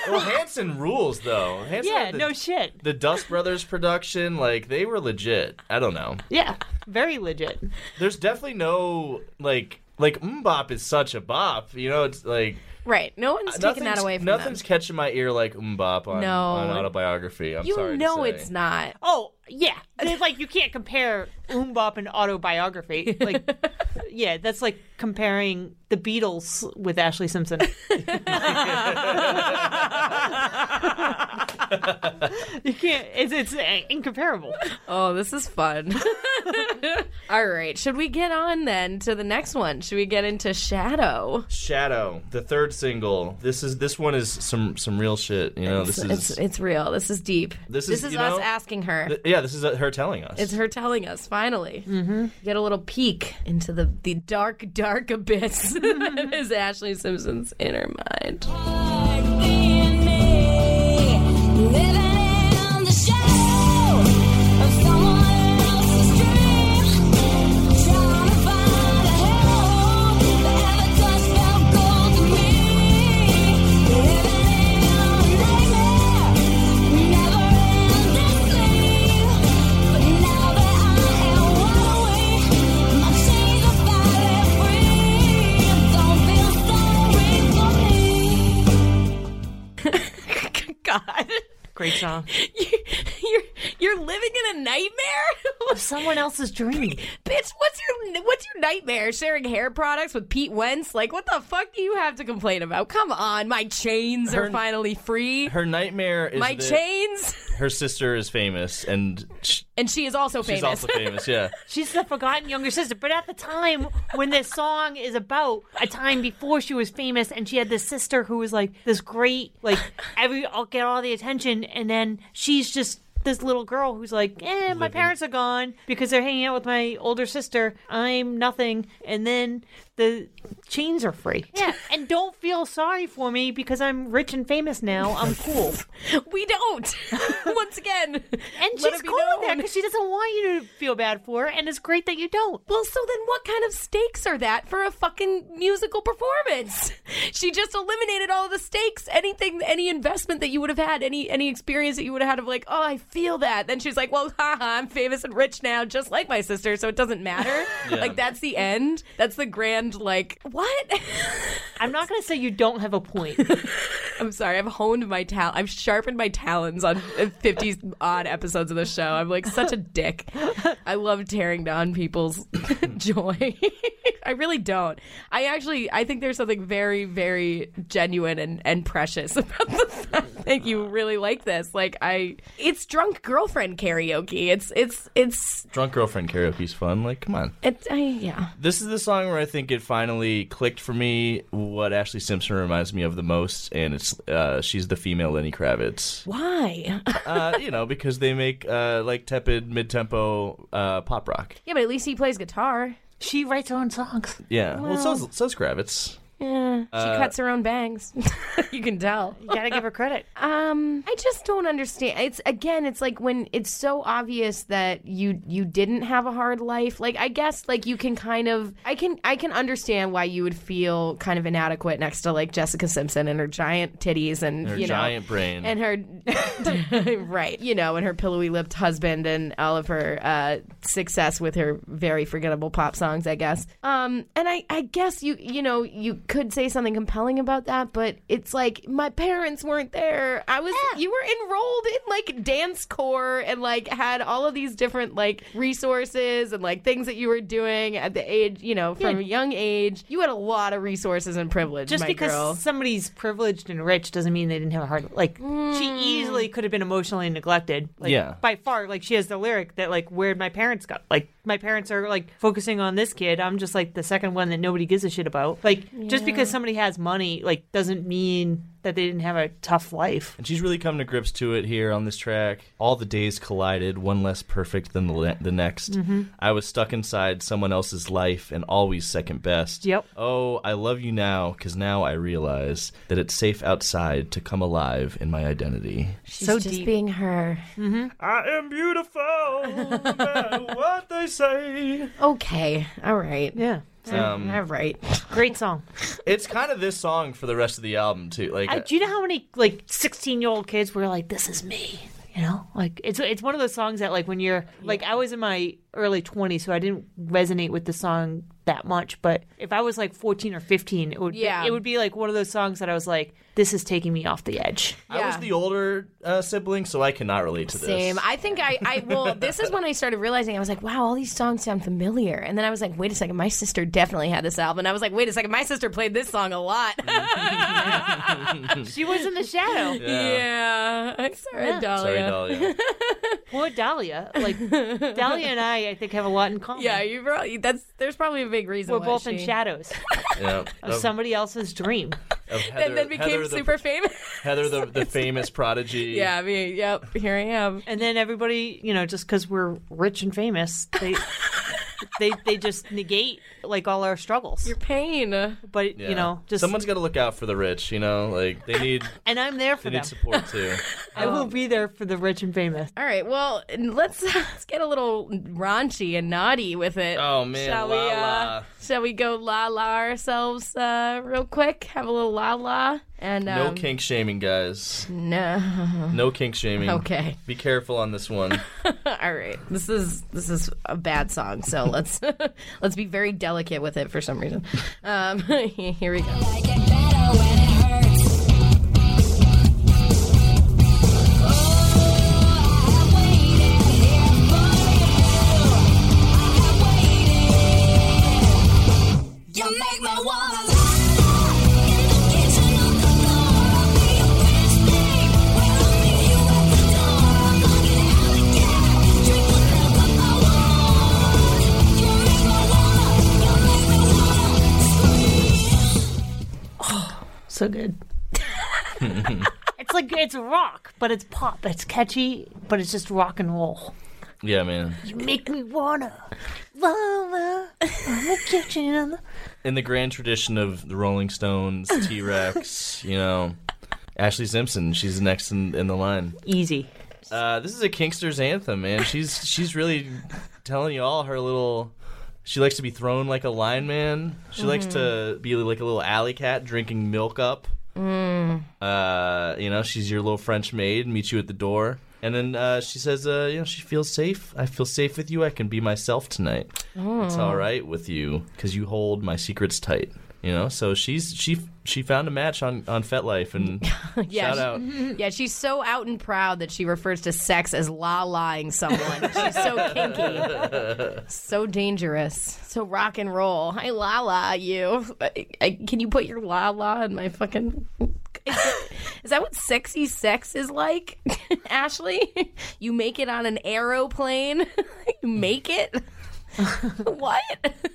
C: well, Hanson rules though. Hanson
D: Yeah.
C: had the,
D: no shit.
C: the Dust Brothers production, like they were legit. I don't know.
D: Yeah. Very legit.
C: There's definitely no like like Mbop is such a bop. You know, it's like.
B: right. No one's
C: Uh,
B: taking that
C: Nothing's-
B: away from
C: Nothing's
B: them.
C: catching my ear like umbop on,
B: No.
C: on autobiography. I'm
B: You
C: sorry. to
B: know
C: say.
B: it's not.
D: Oh yeah. It's like you can't compare Oombop and autobiography. Like, yeah, that's like comparing the Beatles with Ashley Simpson. you can't. It's it's uh, incomparable.
B: Oh, this is fun. All right, should we get on then to the next one? Should we get into Shadow?
C: Shadow, the third single. This is this one is some some real shit. You know, this
B: It's
C: is
B: it's real. This is deep.
C: This is,
B: this is
C: you
B: us
C: know,
B: asking her.
C: th- yeah. This is uh, her telling us.
B: It's her telling us finally. Mm-hmm. Get a little peek into the, the dark, dark abyss is Ashley Simpson's inner mind.
G: Don't
B: God,
D: Great song.
B: you're, you're living in a nightmare,
D: Someone else's dream.
B: bitch. What's your Like, what's your nightmare? Sharing hair products with Pete Wentz? Like, what the fuck do you have to complain about? Come on, my chains are
C: Her-
B: finally free.
C: Her nightmare is
B: my
C: that
B: chains,
C: her sister is famous and sh-
B: and she is also
C: she's
B: famous.
C: also famous. Yeah,
D: She's the forgotten younger sister. But at the time when this song is about a time before she was famous and she had this sister who was like this great, like every I'll get all the attention and then she's just this little girl who's like, eh, my parents are gone because they're hanging out with my older sister. I'm nothing. And then the chains are free. Yeah. And don't feel sorry for me because I'm rich and famous now. I'm cool.
B: we don't. Once again,
D: And
B: let
D: she's
B: it be
D: cool with that
B: known.
D: because she doesn't want you to feel bad for her. And it's great that you don't.
B: Well, so then what kind of stakes are that for a fucking musical performance? She just eliminated all the stakes. Anything, any investment that you would have had, any any experience that you would have had of like, oh, I feel that. Then she's like, well, haha, I'm famous and rich now, just like my sister, so it doesn't matter. Like that's the end. That's the grand like what?
D: I'm not going to say you don't have a point.
B: I'm sorry. I've honed my talent. I've sharpened my talons on 50 odd episodes of the show. I'm like such a dick. I love tearing down people's joy. I really don't. I actually, I think there's something very, very genuine and, and precious about the fact that you really like this. Like I, it's drunk girlfriend karaoke. It's, it's, it's,
C: drunk girlfriend karaoke's fun. Like, come on.
B: it's, I, yeah.
C: This is the song where I think it finally clicked for me. What Ashley Simpson reminds me of the most, and it's uh, she's the female Lenny Kravitz.
B: Why?
C: Uh, you know, because they make uh, like tepid mid-tempo uh, pop rock.
B: yeah, but at least he plays guitar.
D: she writes her own songs.
C: Yeah. Well, so's, so's Kravitz.
B: Yeah, she cuts her own bangs. you can tell.
D: You got to give her credit.
B: Um, I just don't understand. It's again, it's like when it's so obvious that you you didn't have a hard life. Like I guess like you can kind of I can I can understand why you would feel kind of inadequate next to like Jessica Simpson and her giant titties and
C: Her
B: you know
C: giant brain.
B: and her right you know and her pillowy lipped husband and all of her uh, success with her very forgettable pop songs i guess um and i i guess you you know you could say something compelling about that but it's like my parents weren't there i was you were enrolled in like dance corps and like had all of these different like resources and like things that you were doing at the age you know from a young age you had a lot of resources and privilege
D: Just
B: my
D: because
B: girl.
D: somebody's privileged and rich doesn't mean they didn't have a hard like she easily could have been emotionally neglected. Like
C: Yeah.
D: by far like she has the lyric that like where'd my parents go? Like my parents are like focusing on this kid. I'm just like the second one that nobody gives a shit about. Like just because somebody has money like doesn't mean that they didn't have a tough life.
C: And she's really come to grips to it here on this track. All the days collided, one less perfect than the, le- the next.
B: Mm-hmm.
C: I was stuck inside someone else's life and always second best.
D: Yep.
C: Oh, I love you now because now I realize that it's safe outside to come alive in my identity.
B: she's
D: so
B: just
D: deep.
B: being her
C: I am beautiful, no matter what they say.
B: okay all right
D: Yeah.
C: Um,
B: All right.
D: Great song.
C: It's kind of this song for the rest of the album too. Like
D: I, do you know how many like sixteen year old kids were like, "This is me," you know? Like it's it's one of those songs that like when you're like I was in my early twenties, so I didn't resonate with the song that much. But if I was like fourteen or fifteen, it would
B: Yeah.
D: it would be like one of those songs that I was like, "This is taking me off the edge."
C: I was
B: yeah.
C: the older uh, sibling, so I cannot relate to this.
B: Same. I think I, I, well, this is when I started realizing I was like, wow, all these songs sound familiar. And then I was like, wait a second, my sister definitely had this album. And I was like, wait a second, my sister played this song a lot.
D: She was in the shadow.
B: yeah. I'm sorry, Dahlia.
C: Sorry, Dahlia.
D: Poor Dahlia. Like Dahlia and I, I think have a lot in common.
B: Yeah, you probably, that's, there's probably a big reason
D: we're
B: why
D: both in
B: she-
D: shadows
C: yeah.
D: of somebody else's dream.
C: Of Heather,
B: And then became
C: Heather the-
B: super famous.
C: Heather, the, the famous prodigy.
B: yeah, I mean, yep, here I am.
D: and then everybody, you know, just because we're rich and famous, they they they just negate like all our struggles.
B: Your pain.
D: But
C: Yeah.
D: you know, just
C: someone's got to look out for the rich. You know, like they need
D: and I'm there for
C: they
D: them.
C: need support too.
D: I will be there for the rich and famous.
B: All right, well, and let's, let's get a little raunchy and naughty with it.
C: Oh man,
B: Shall
C: la,
B: we, uh,
C: la.
B: Shall we go la la ourselves uh, real quick? Have a little la la and um,
C: no kink shaming, guys.
B: No.
C: No kink shaming.
B: Okay.
C: Be careful on this one.
B: All right. This is this is a bad song, so let's let's be very delicate with it for some reason. Um, here we go.
F: Like it better when it hurts. Oh, I have waited here for you. I have waited.
D: So good. it's like it's rock, but it's pop. It's catchy, but it's just rock and roll.
C: Yeah, man.
D: You make me wanna, wanna, wanna catch it on the-
C: In the grand tradition of the Rolling Stones, T Rex, you know, Ashley Simpson, she's next in, in the line.
D: Easy.
C: Uh, this is a Kingster's anthem, man. She's she's really telling you all her little. She likes to be thrown like a lineman. She likes to be like a little alley cat drinking milk up. Uh, you know, she's your little French maid, meets you at the door. And then uh, she says, uh, you know, she feels safe. I feel safe with you. I can be myself tonight. It's all right with you because you hold my secrets tight. You know, so she's she she found a match on on FetLife and
B: Yeah,
C: shout out.
B: she- yeah, she's so out and proud that she refers to sex as la lying someone. she's so kinky, so dangerous, so rock and roll. I la la you. I, I, can you put your la la in my fucking? Is that what sexy sex is like, Ashley? You make it on an aeroplane. you make it. what?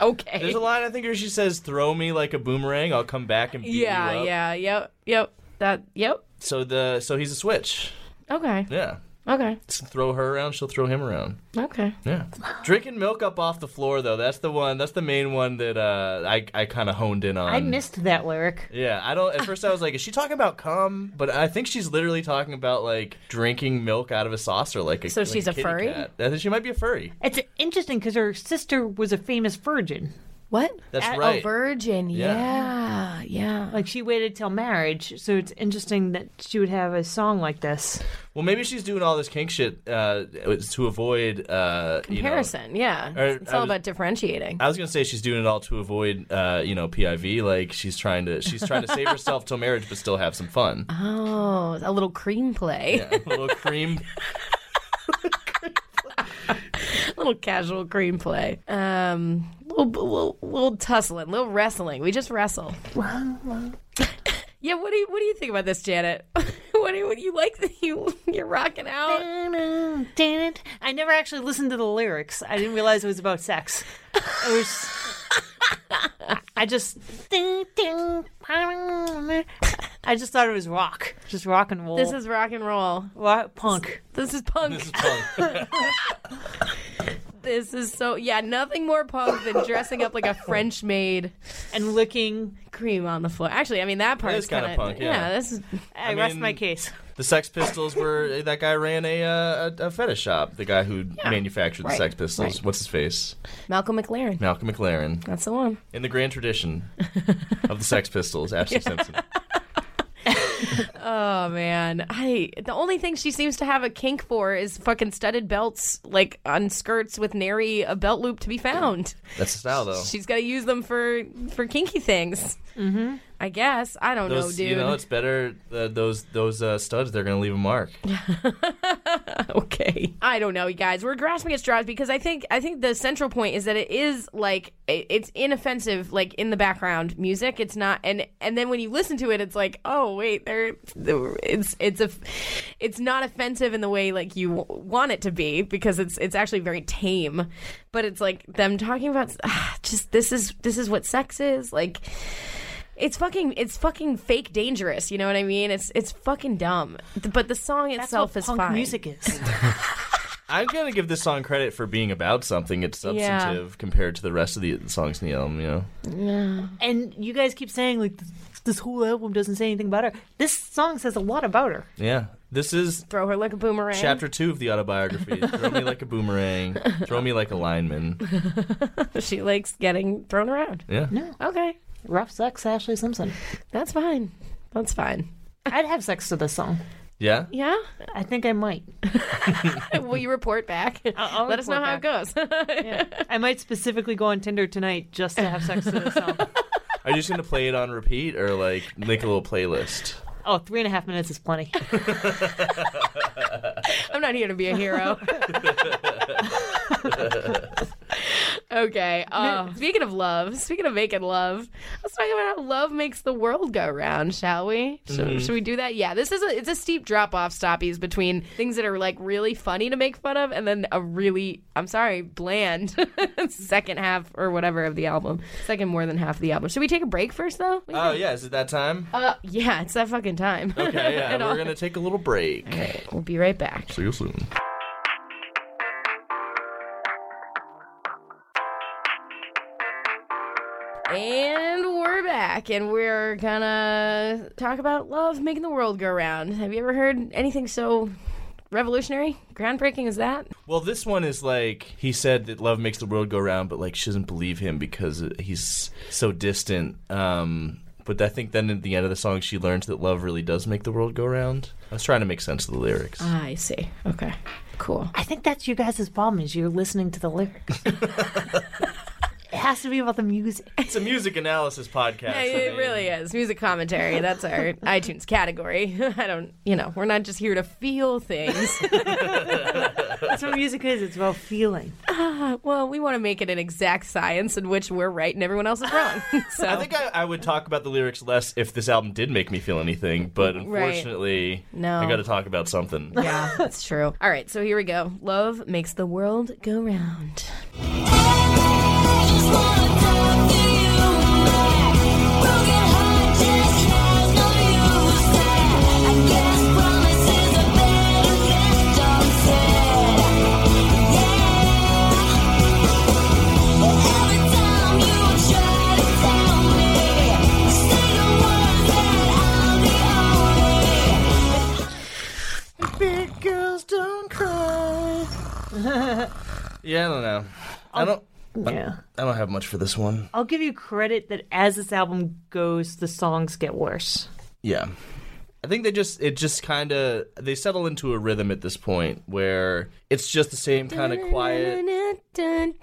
B: okay.
C: There's a line I think where she says, "Throw me like a boomerang, I'll come back and beat you
B: yeah,
C: up."
B: yeah, yep, yep. That, yep.
C: So the so he's a switch.
B: Okay,
C: Yeah,
B: okay,
C: Just throw her around, she'll throw him around.
B: okay.
C: Yeah, drinking milk up off the floor though. That's the one. That's the main one that uh, I I kind of honed in on.
D: I missed that lyric.
C: Yeah, I don't. At first, I was like, "Is she talking about cum?" But I think she's literally talking about like drinking milk out of a saucer, like a
B: So
C: like
B: she's a
C: kitty
B: furry?
C: cat. I think she might be a furry.
D: It's interesting because her sister was a famous virgin.
B: What?
C: That's
D: At- oh,
C: right.
B: A virgin. Yeah. Yeah.
D: Like she waited till marriage, so it's interesting that she would have a song like this.
C: well, maybe she's doing all this kink shit uh, to avoid uh, you know-
B: Comparison. yeah.
C: Or-
B: it's
C: I
B: all
C: was-
B: about differentiating.
C: I was gonna say she's doing it all to avoid, uh, you know, PIV. Like she's trying to, she's trying to save herself till marriage, but still have some fun.
B: oh, a little cream play.
C: Yeah, a little cream.
B: a little casual cream play. Um, little, little, little tussling, little wrestling. We just wrestle. yeah. What do you What do you think about this, Janet? what do you, what do you like that you you're rocking out?
D: I never actually listened to the lyrics. I didn't realize it was about sex. It was. I just. I just thought it was rock, just rock and roll.
B: This is rock and roll.
D: rock, punk.
B: This is punk.
C: This is fun.
B: This is so yeah. Nothing more punk than dressing up like a French maid.
D: and licking.
B: cream on the floor. Actually, I mean that part
C: That
B: is
C: is kinda
B: kind of
C: punk, yeah.
B: this is
D: I, rest
C: mean-
D: my case.
C: The Sex Pistols were eh, that guy ran a uh, a, a fetish shop. The guy who manufactured the
B: Right.
C: Sex Pistols.
B: Right.
C: What's his face?
B: Malcolm McLaren.
C: Malcolm McLaren.
B: That's the one.
C: In the grand tradition of the Sex Pistols, Ashley Simpson.
B: Oh man, I the only thing she seems to have a kink for is fucking studded belts, like on skirts with nary a belt loop to be found.
C: That's the style, though.
B: She's got to use them for for kinky things. Mm-hmm. I guess I don't
C: Those,
B: know, dude.
C: you know, it's better uh, those those uh, studs. They're gonna leave a mark.
B: okay i don't know you guys we're grasping at straws because i think i think the central point is that it is like it- it's inoffensive like in the background music it's not and and then when you listen to it it's like oh wait there it's it's a it's not offensive in the way like you w- want it to be because it's it's actually very tame but it's like them talking about ah, just this is this is what sex is like it's fucking it's fucking fake dangerous you know what i mean it's it's fucking dumb but the song
D: That's
B: itself
D: what
B: is
D: punk
B: fine
D: music is.
C: I'm gonna give this song credit for being about something. It's
B: Yeah.
C: substantive compared to the rest of the songs in the album. You know.
D: and you guys keep saying like this, this whole album doesn't say anything about her. This song says a lot about her.
C: Yeah. This is
B: Throw her like a boomerang.
C: chapter two of the autobiography. throw me like a boomerang. Throw me like a lineman.
B: She likes getting thrown around.
C: Yeah.
B: Okay,
D: Rough sex, Ashley Simpson.
B: that's fine. That's fine.
D: I'd have sex to this song.
C: Yeah.
B: Yeah.
D: I think I might.
B: Will you report back?
D: I'll
B: Let us know
D: report
B: how it goes.
D: I might specifically go on Tinder tonight just to have sex to this song.
C: Are you just gonna play it on repeat or like make a little playlist?
D: Oh, three and a half minutes is plenty.
B: I'm not here to be a hero. Okay. Uh, speaking of love, speaking of making love, let's talk about how love makes the world go round, shall we? Should, should we do that? Yeah. This is a it's a steep drop off, stoppies, between things that are like really funny to make fun of, and then a really I'm sorry, bland second half or whatever of the album. Second more than half of the album. Should we take a break first though? What do you
C: Oh
B: think?
C: yeah, is it that time?
B: Uh, yeah, it's that fucking time.
C: Okay, yeah,
B: It all-
C: we're gonna take a little break.
B: We'll be right back.
C: See you soon.
B: And we're back, and we're gonna talk about love making the world go round. Have you ever heard anything so revolutionary, groundbreaking as that?
C: Well, this one is like he said that love makes the world go round, but like she doesn't believe him because he's so distant. Um, but I think then at the end of the song, she learns that love really does make the world go round. I was trying to make sense of the lyrics.
B: Ah, I see. Okay. Cool.
D: I think that's you guys' problem is you're listening to the lyrics. it has to be about the music.
C: It's a music analysis podcast. I
B: It
C: mean.
B: really is. Music commentary. That's our iTunes category. I don't, you know, we're not just here to feel things.
D: That's what music is. It's about feeling.
B: well, we want to make it an exact science in which we're right and everyone else is wrong. so
C: I think I, I would talk about the lyrics less if this album did make me feel anything, but unfortunately,
B: No.
C: I got to talk about something.
B: yeah, that's true. All right, so here we go. Love makes the world go round.
C: Big girls don't cry. Um, yeah, I don't know. I don't.
D: Yeah.
C: I don't have much for this one.
D: I'll give you credit that as this album goes, the songs get worse.
C: Yeah. I think they just it just kind of they settle into a rhythm at this point where it's just the same kind of quiet.
B: That's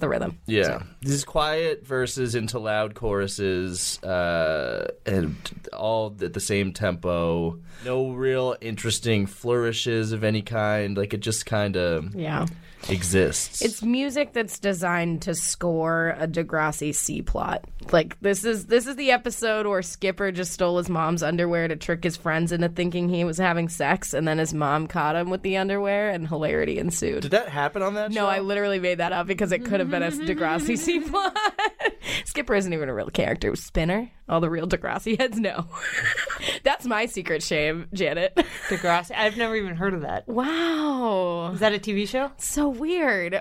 B: the rhythm.
C: Yeah. This is quiet verses into loud choruses uh and all at the same tempo. No real interesting flourishes of any kind. Like it just kind of
B: Yeah.
C: exists.
B: It's music that's designed to score a Degrassi C plot. Like this is this is the episode where Skipper just stole his mom's underwear to trick his friends into thinking he was having sex and then his mom caught him with the underwear and hilarity ensued.
C: Did that happen on that
B: no, I literally made that up because it could have been a Degrassi C plot. Skipper isn't even a real character. Spinner, all the real Degrassi heads know. That's my secret shame, Janet.
D: Degrassi. I've never even heard of that.
B: Wow.
D: Is that a TV show?
B: so weird.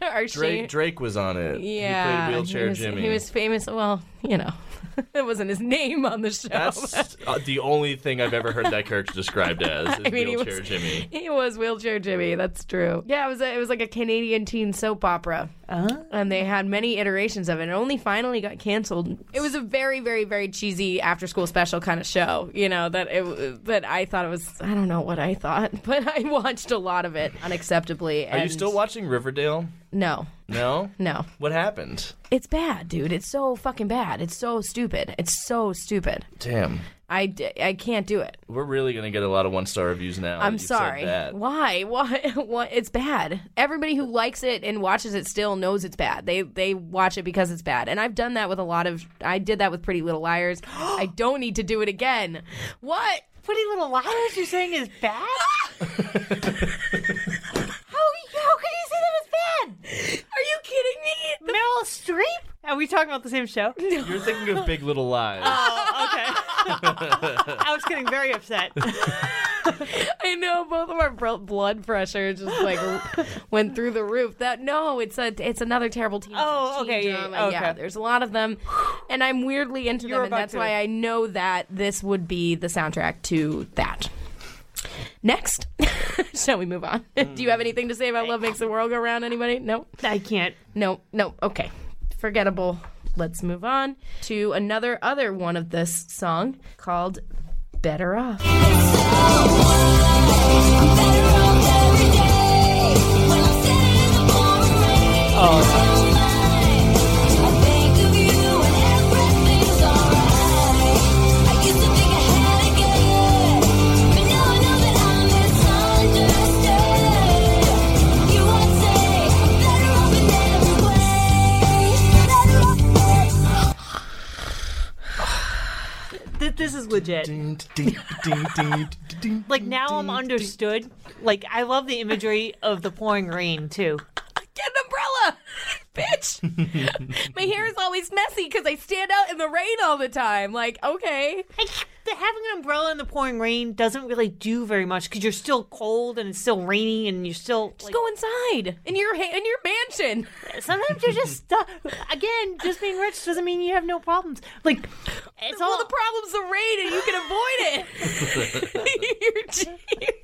B: Are she?
C: Drake Drake was on it.
B: yeah,
C: He played wheelchair
B: he was,
C: Jimmy.
B: He was famous. Well, you know, it wasn't his name on the show. but
C: That's uh, the only thing I've ever heard that character described as is
B: mean, he
C: wheelchair
B: was-
C: Jimmy.
B: he was wheelchair Jimmy. That's true. Yeah, it was. A, it was like a Canadian teen soap opera,
C: Oh.
B: and they had many iterations of it. It only finally got canceled. It was a very, very, very cheesy after-school special kind of show. You know that. It, but I thought it was. I don't know what I thought, but I watched a lot of it unacceptably.
C: Are you
B: and-
C: still watching Riverdale?
B: No,
C: No?
B: no.
C: What happened?
B: It's bad, dude. It's so fucking bad. It's so stupid. It's so stupid.
C: Damn.
B: I, d- I can't do it.
C: We're really going to get a lot of one star reviews now. that
B: I'm
C: you've said
B: sorry.
C: that.
B: Why? Why? What? It's bad. Everybody who likes it and watches it still knows it's bad. They they watch it because it's bad. And I've done that with a lot of. I did that with Pretty Little Liars. I don't need to do it again. What?
D: Pretty Little Liars you're saying is bad? how, how could you say that it's bad?
B: Are you kidding me?
D: Meryl Streep? Are we talking about the same show?
C: You're thinking of Big Little Lies.
D: Oh, okay. I was getting very upset.
B: I know both of our bro- blood pressure just like went through the roof. That no, it's a it's another terrible teen.
D: Oh,
B: teen
D: okay, yeah,
B: drama.
D: yeah,
B: yeah.
D: okay.
B: There's a lot of them, and I'm weirdly into
D: You're
B: them, and
D: about
B: that's
D: to-
B: why I know that this would be the soundtrack to that. Next, shall we move on? Do you have
D: Mm.
B: anything to say about Love Makes the World Go Round? Anybody? No,
D: I can't.
B: no, no. Okay, forgettable. Let's move on to another other one of this song called "Better Off."
F: Understood. You would say I'm better off without
D: legit. Like now I'm understood. Like I love the imagery of the pouring rain too.
B: Get an umbrella, bitch. My hair is always messy because I stand out in the rain all the time. Like, okay.
D: Like, the, having an umbrella in the pouring rain doesn't really do very much because you're still cold and it's still rainy and you're still
B: Just
D: like,
B: go inside in your ha- in your mansion.
D: Sometimes you're just stuck. Again, just being rich doesn't mean you have no problems. Like it's
B: All
D: all
B: the problems the rain, and you can avoid it. You're ge-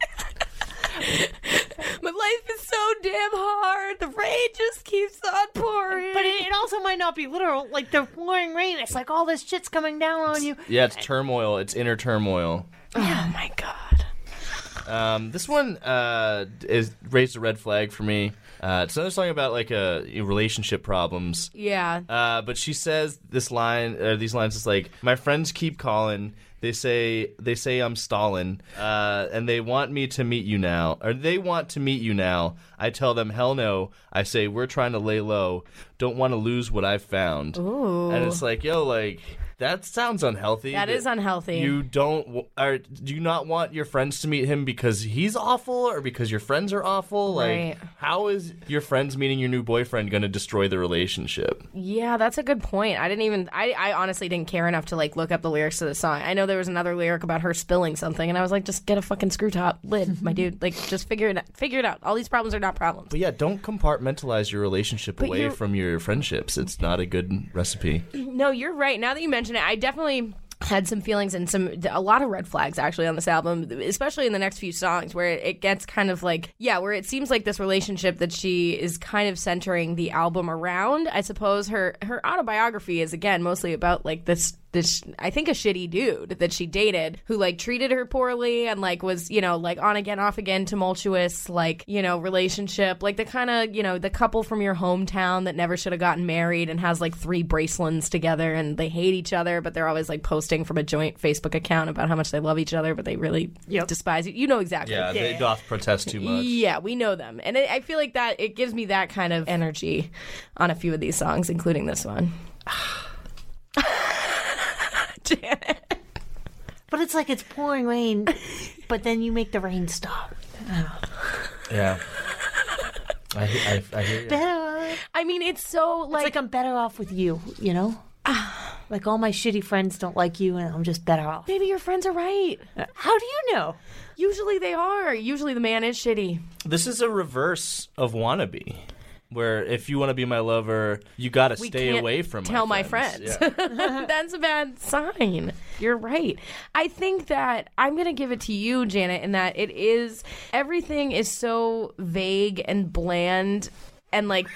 B: My life is so damn hard. The rain just keeps on pouring.
D: But it, it also might not be literal. Like the pouring rain, it's like all this shit's coming down on you.
C: Yeah, it's turmoil. It's inner turmoil.
B: oh my god.
C: Um, this one uh, is raised a red flag for me. Uh, it's another song about like uh, relationship problems.
B: Yeah.
C: Uh, but she says this line, uh, these lines, is like, "My friends keep calling. They say they say I'm Stalin, uh, and they want me to meet you now, or they want to meet you now. I tell them hell no. I say we're trying to lay low. Don't want to lose what I've found. And it's like, yo, like that sounds unhealthy.
B: That is unhealthy.
C: You don't, w- or do you not want your friends to meet him because he's awful, or because your friends are awful? Like,
B: Right.
C: how is your friends meeting your new boyfriend going to destroy the relationship?
B: Yeah, that's a good point. I didn't even I, I honestly didn't care enough to like look up the lyrics to the song. I know there was another lyric about her spilling something and I was like, just get a fucking screw top lid, my dude. Like just figure it out figure it out. All these problems are not problems.
C: But yeah, don't compartmentalize your relationship away
B: you're-
C: from your friendships. It's not a good recipe.
B: No, you're right. Now that you mention it, I definitely had some feelings and some a lot of red flags actually on this album, especially in the next few songs where it gets kind of like yeah, where it seems like this relationship that she is kind of centering the album around. I suppose her her autobiography is again mostly about like this this I think a shitty dude that she dated who like treated her poorly and like was you know like on again off again tumultuous like you know relationship like the kind of you know the couple from your hometown that never should have gotten married and has like three bracelets together and they hate each other but they're always like posting from a joint Facebook account about how much they love each other but they really despise you you know exactly
C: Yeah, they doth protest too much.
B: yeah, we know them. And I I feel like that it gives me that kind of energy on a few of these songs, including this one. Janet.
D: But it's like it's pouring rain, but then you make the rain stop.
C: Yeah. I, I, I hear you.
D: Better.
B: I mean, it's so
D: It's
B: like,
D: like Ah. I'm better off with you. You know. Like all my shitty friends don't like you, and I'm just better off.
B: maybe your friends are right.
D: How do you know?
B: Usually they are. Usually the man is shitty.
C: This is a reverse of wannabe, where if you want to be my lover, you got to stay
B: can't
C: away from
B: tell my
C: my friends. Yeah.
B: That's a bad sign. You're right. I think that I'm going to give it to you, Janet, in that it is everything is so vague and bland and like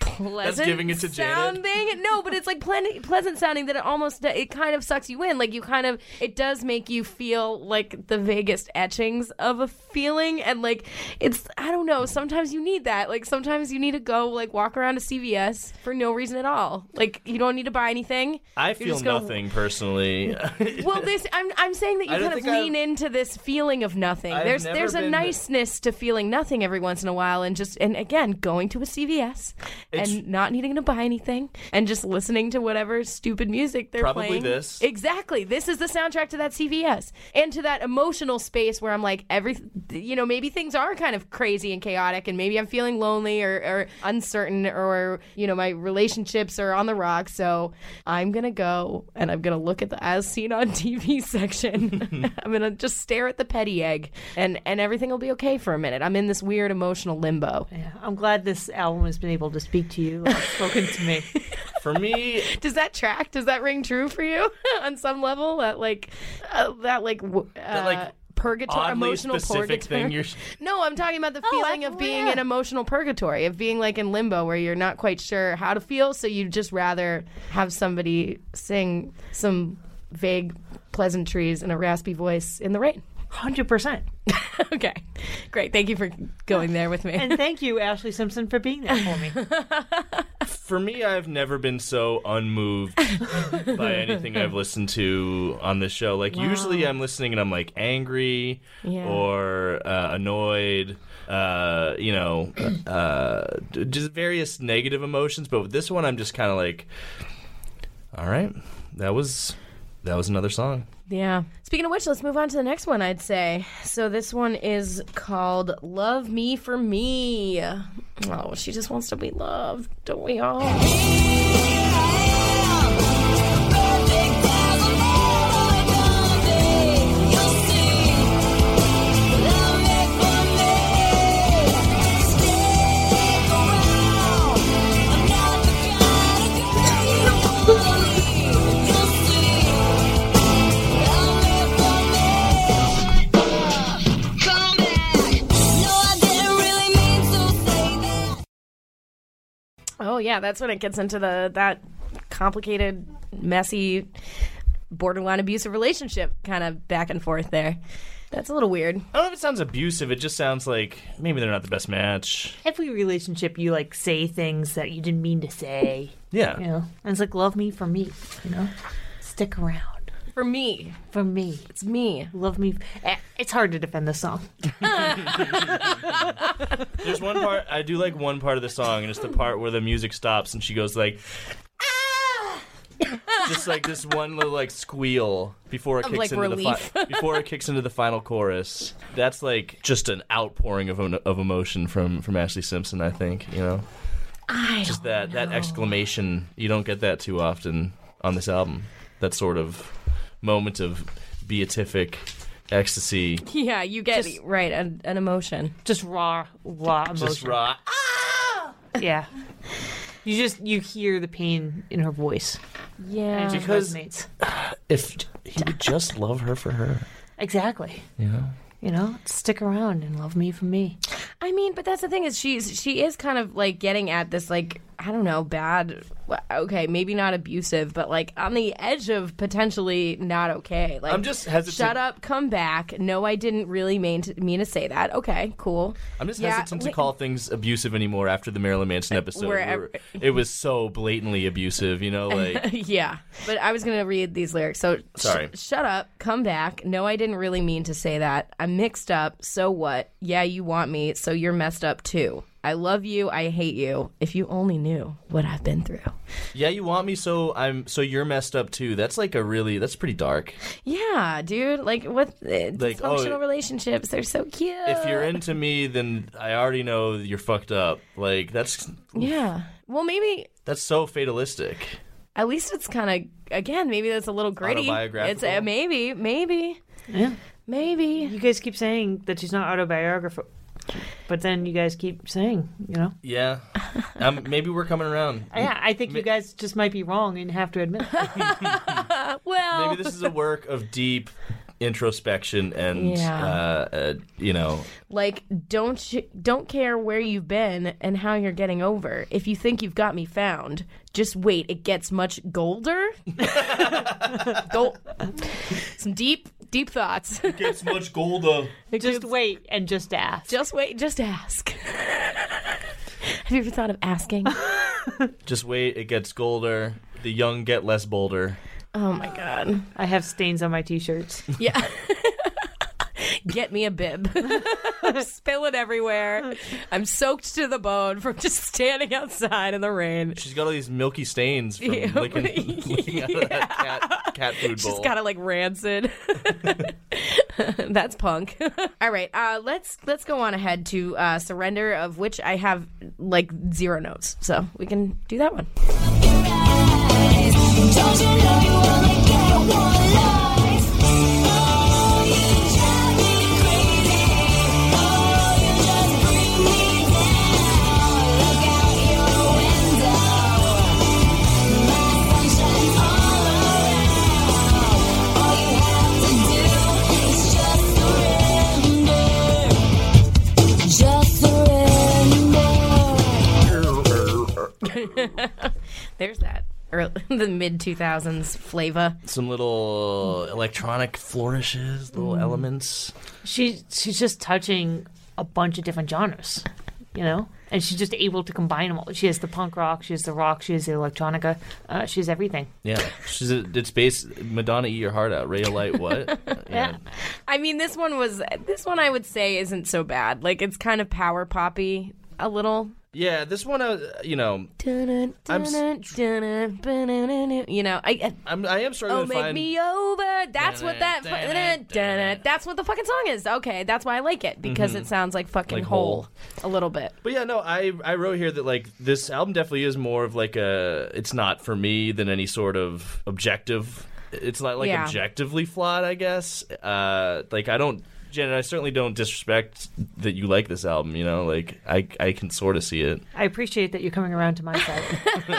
B: pleasant
C: giving it to Janet?
B: sounding. No, but it's like plen- pleasant sounding that it almost it kind of sucks you in. Like you kind of it does make you feel like the vaguest etchings of a feeling and like it's I don't know, sometimes you need that. Like sometimes you need to go like walk around a CVS for no reason at all. Like you don't need to buy anything.
C: I
B: You're
C: feel
B: just gonna-
C: nothing personally.
B: well, this I'm I'm saying that you
C: I don't
B: kind of
C: think I've-
B: lean into this feeling of nothing.
C: I've
B: there's
C: never
B: there's a
C: been-
B: niceness to feeling nothing every once in a while, and just and again going to a CVS
C: It's-
B: and not needing to buy anything, and just listening to whatever stupid music they're
C: Probably
B: playing.
C: this.
B: exactly. This is the soundtrack to that CVS and to that emotional space where I'm like every you know maybe things are kind of crazy and chaotic, and maybe I'm feeling lonely or, or uncertain or you know my relationships are on the rocks. So I'm gonna go and I'm gonna look at the as seen on TV section. I'm gonna just stare at the petty egg, and and everything will be okay for a minute. I'm in this weird emotional limbo.
D: I'm glad this album has been able to speak to you, like it's spoken to me.
C: for me,
B: Does that track? Does that ring true for you on some level? That like, uh, that like, w- uh,
C: like,
B: purgatory,
C: oddly
B: emotional
C: specific
B: purgatory.
C: thing you're-
B: No, I'm talking about the feeling of being in emotional purgatory, of being like in limbo where you're not quite sure how to feel, so you'd just rather have somebody sing some vague pleasantries in a raspy voice in the rain.
D: Hundred percent.
B: Okay, great. Thank you for going there with me.
D: And thank you, Ashley Simpson, for being there for me.
C: for me, I've never been so unmoved by anything I've listened to on this show. Like usually, I'm listening and I'm like angry
B: Yeah.
C: or uh, annoyed, uh, you know, uh, d- just various negative emotions. But with this one, I'm just kind of like, all right, that was that was another song.
B: Yeah. Speaking of which, let's move on to the next one, I'd say. So this one is called Love Me for Me. Oh, she just wants to be loved, don't we all?
F: Come back. No, I didn't really mean to say that.
B: Oh yeah, that's when it gets into the that complicated, messy, borderline abusive relationship kind of back and forth there. That's a little weird.
C: I don't know if it sounds abusive. It just sounds like maybe they're not the best match.
D: Every relationship, you like say things that you didn't mean to say.
C: Yeah.
D: You know, and it's like love me for me. You know, stick around
B: For me,
D: for me.
B: it's me.
D: Love me. Eh, It's hard to defend the song.
C: There's one part I do like one part of the song, and it's the part where the music stops and she goes like, ah! just like this one little like squeal before it
B: Of,
C: kicks
B: like,
C: into
B: relief.
C: the fi- before it kicks into the final chorus. That's like just an outpouring of em- of emotion from from Ashley Simpson. I think you know
B: I don't
C: that that exclamation you don't get that too often on this album. That sort of moment of beatific ecstasy,
B: Yeah, you get right an, an emotion.
D: Just raw, raw emotion.
C: just raw.
D: Yeah. You just you hear the pain in her voice.
B: Yeah,
C: Because-
D: resonates.
C: If he would just love her for her,
D: exactly.
C: you know.
D: You know, stick around and love me for me.
B: I mean, but that's the thing is she's she is kind of like getting at this like I don't know bad. well, Okay, maybe not abusive, but like on the edge of potentially not okay. Like
C: I'm just hesitant-
B: Shut up, come back. No, I didn't really mean to, mean to say that. Okay, cool.
C: I'm just
B: Yeah,
C: hesitant to
B: wait.
C: call things abusive anymore after the Marilyn Manson episode.
B: where
C: where
B: ev-
C: it was so blatantly abusive, you know, like
B: yeah, but I was gonna read these lyrics. So sh-
C: Sorry.
B: shut up, come back. No, I didn't really mean to say that. I'm mixed up. So what? Yeah, you want me, so you're messed up too. I love you. I hate you. If you only knew what I've been through.
C: yeah, you want me, so I'm so you're messed up too. That's like a really that's pretty dark.
B: Yeah, dude. Like what eh,
C: Like, oh,
B: dysfunctional relationships? They're so cute.
C: If you're into me, then I already know that you're fucked up. Like that's
B: yeah. Well, maybe
C: that's so fatalistic.
B: at least it's kind of again. Maybe that's a little gritty. It's
C: Autobiographical?
B: uh, maybe, maybe,
D: Yeah.
B: maybe.
D: You guys keep saying that she's not autobiographical, but then you guys keep saying, you know.
C: Yeah, um, maybe we're coming around.
D: Yeah, I think you guys just might be wrong and have to admit. it.
B: Well,
C: Maybe this is a work of deep introspection and
B: Yeah.
C: uh, uh, you know
B: like don't sh- don't care where you've been and how you're getting over. If you think you've got me found, just wait. It gets much golder. Go some deep deep thouts.
C: gets much golder.
D: just wait and just ask.
B: just wait. Just ask. Have you ever thought of asking?
C: Just wait, it gets golder. The young get less bolder.
B: Oh my god.
D: I have stains on my t-shirts.
B: Yeah. Get me a bib. Spill it everywhere. I'm soaked to the bone from just standing outside in the rain.
C: She's got all these milky stains from
B: Yeah.
C: licking, licking out of that cat, cat food bowl.
B: She's kind of like rancid. That's punk. All right, uh, let's let's go on ahead to uh, surrender, of which I have like zero notes, so we can do that one.
F: Don't you know you only get one life? Oh, you drive me crazy. Oh, you just bring me down. Look out your window. My sunshine's all around. All you have to do is just surrender. Just surrender.
B: There's that early, the mid two thousands flavor.
C: Some little electronic flourishes, little
B: Mm.
C: elements.
D: She she's just touching a bunch of different genres, you know, and she's just able to combine them all. She has the punk rock, she has the rock, she has the electronica, uh, she has everything.
C: Yeah, she's a, it's based Madonna eat your heart out. Ray of light what? yeah.
B: I mean, this one was this one I would say isn't so bad. Like it's kind of power poppy a little.
C: Yeah, this one, uh, you know,
B: Dun-dun,
C: I'm s-
B: dun-dun, dun-dun, ba-dun-dun-dun. You know, I. I
C: I'm I am struggling
B: Oh,
C: to
B: make
C: find.
B: me over. That's what that. fu-
C: Dun-dun, dun-dun.
B: That's what the fucking song is. Okay, that's why I like it because it sounds like fucking
C: Mm-hmm. Like
B: whole
C: whole.
B: a little bit.
C: But yeah, no, I I wrote here that like this album definitely is more of like a it's not for me than any sort of objective. It's not like
B: Yeah.
C: objectively flawed, I guess. Uh, like I don't, Janet, I certainly don't disrespect that you like this album. You know, like I I can sort of see it.
D: I appreciate that you're coming around to my side.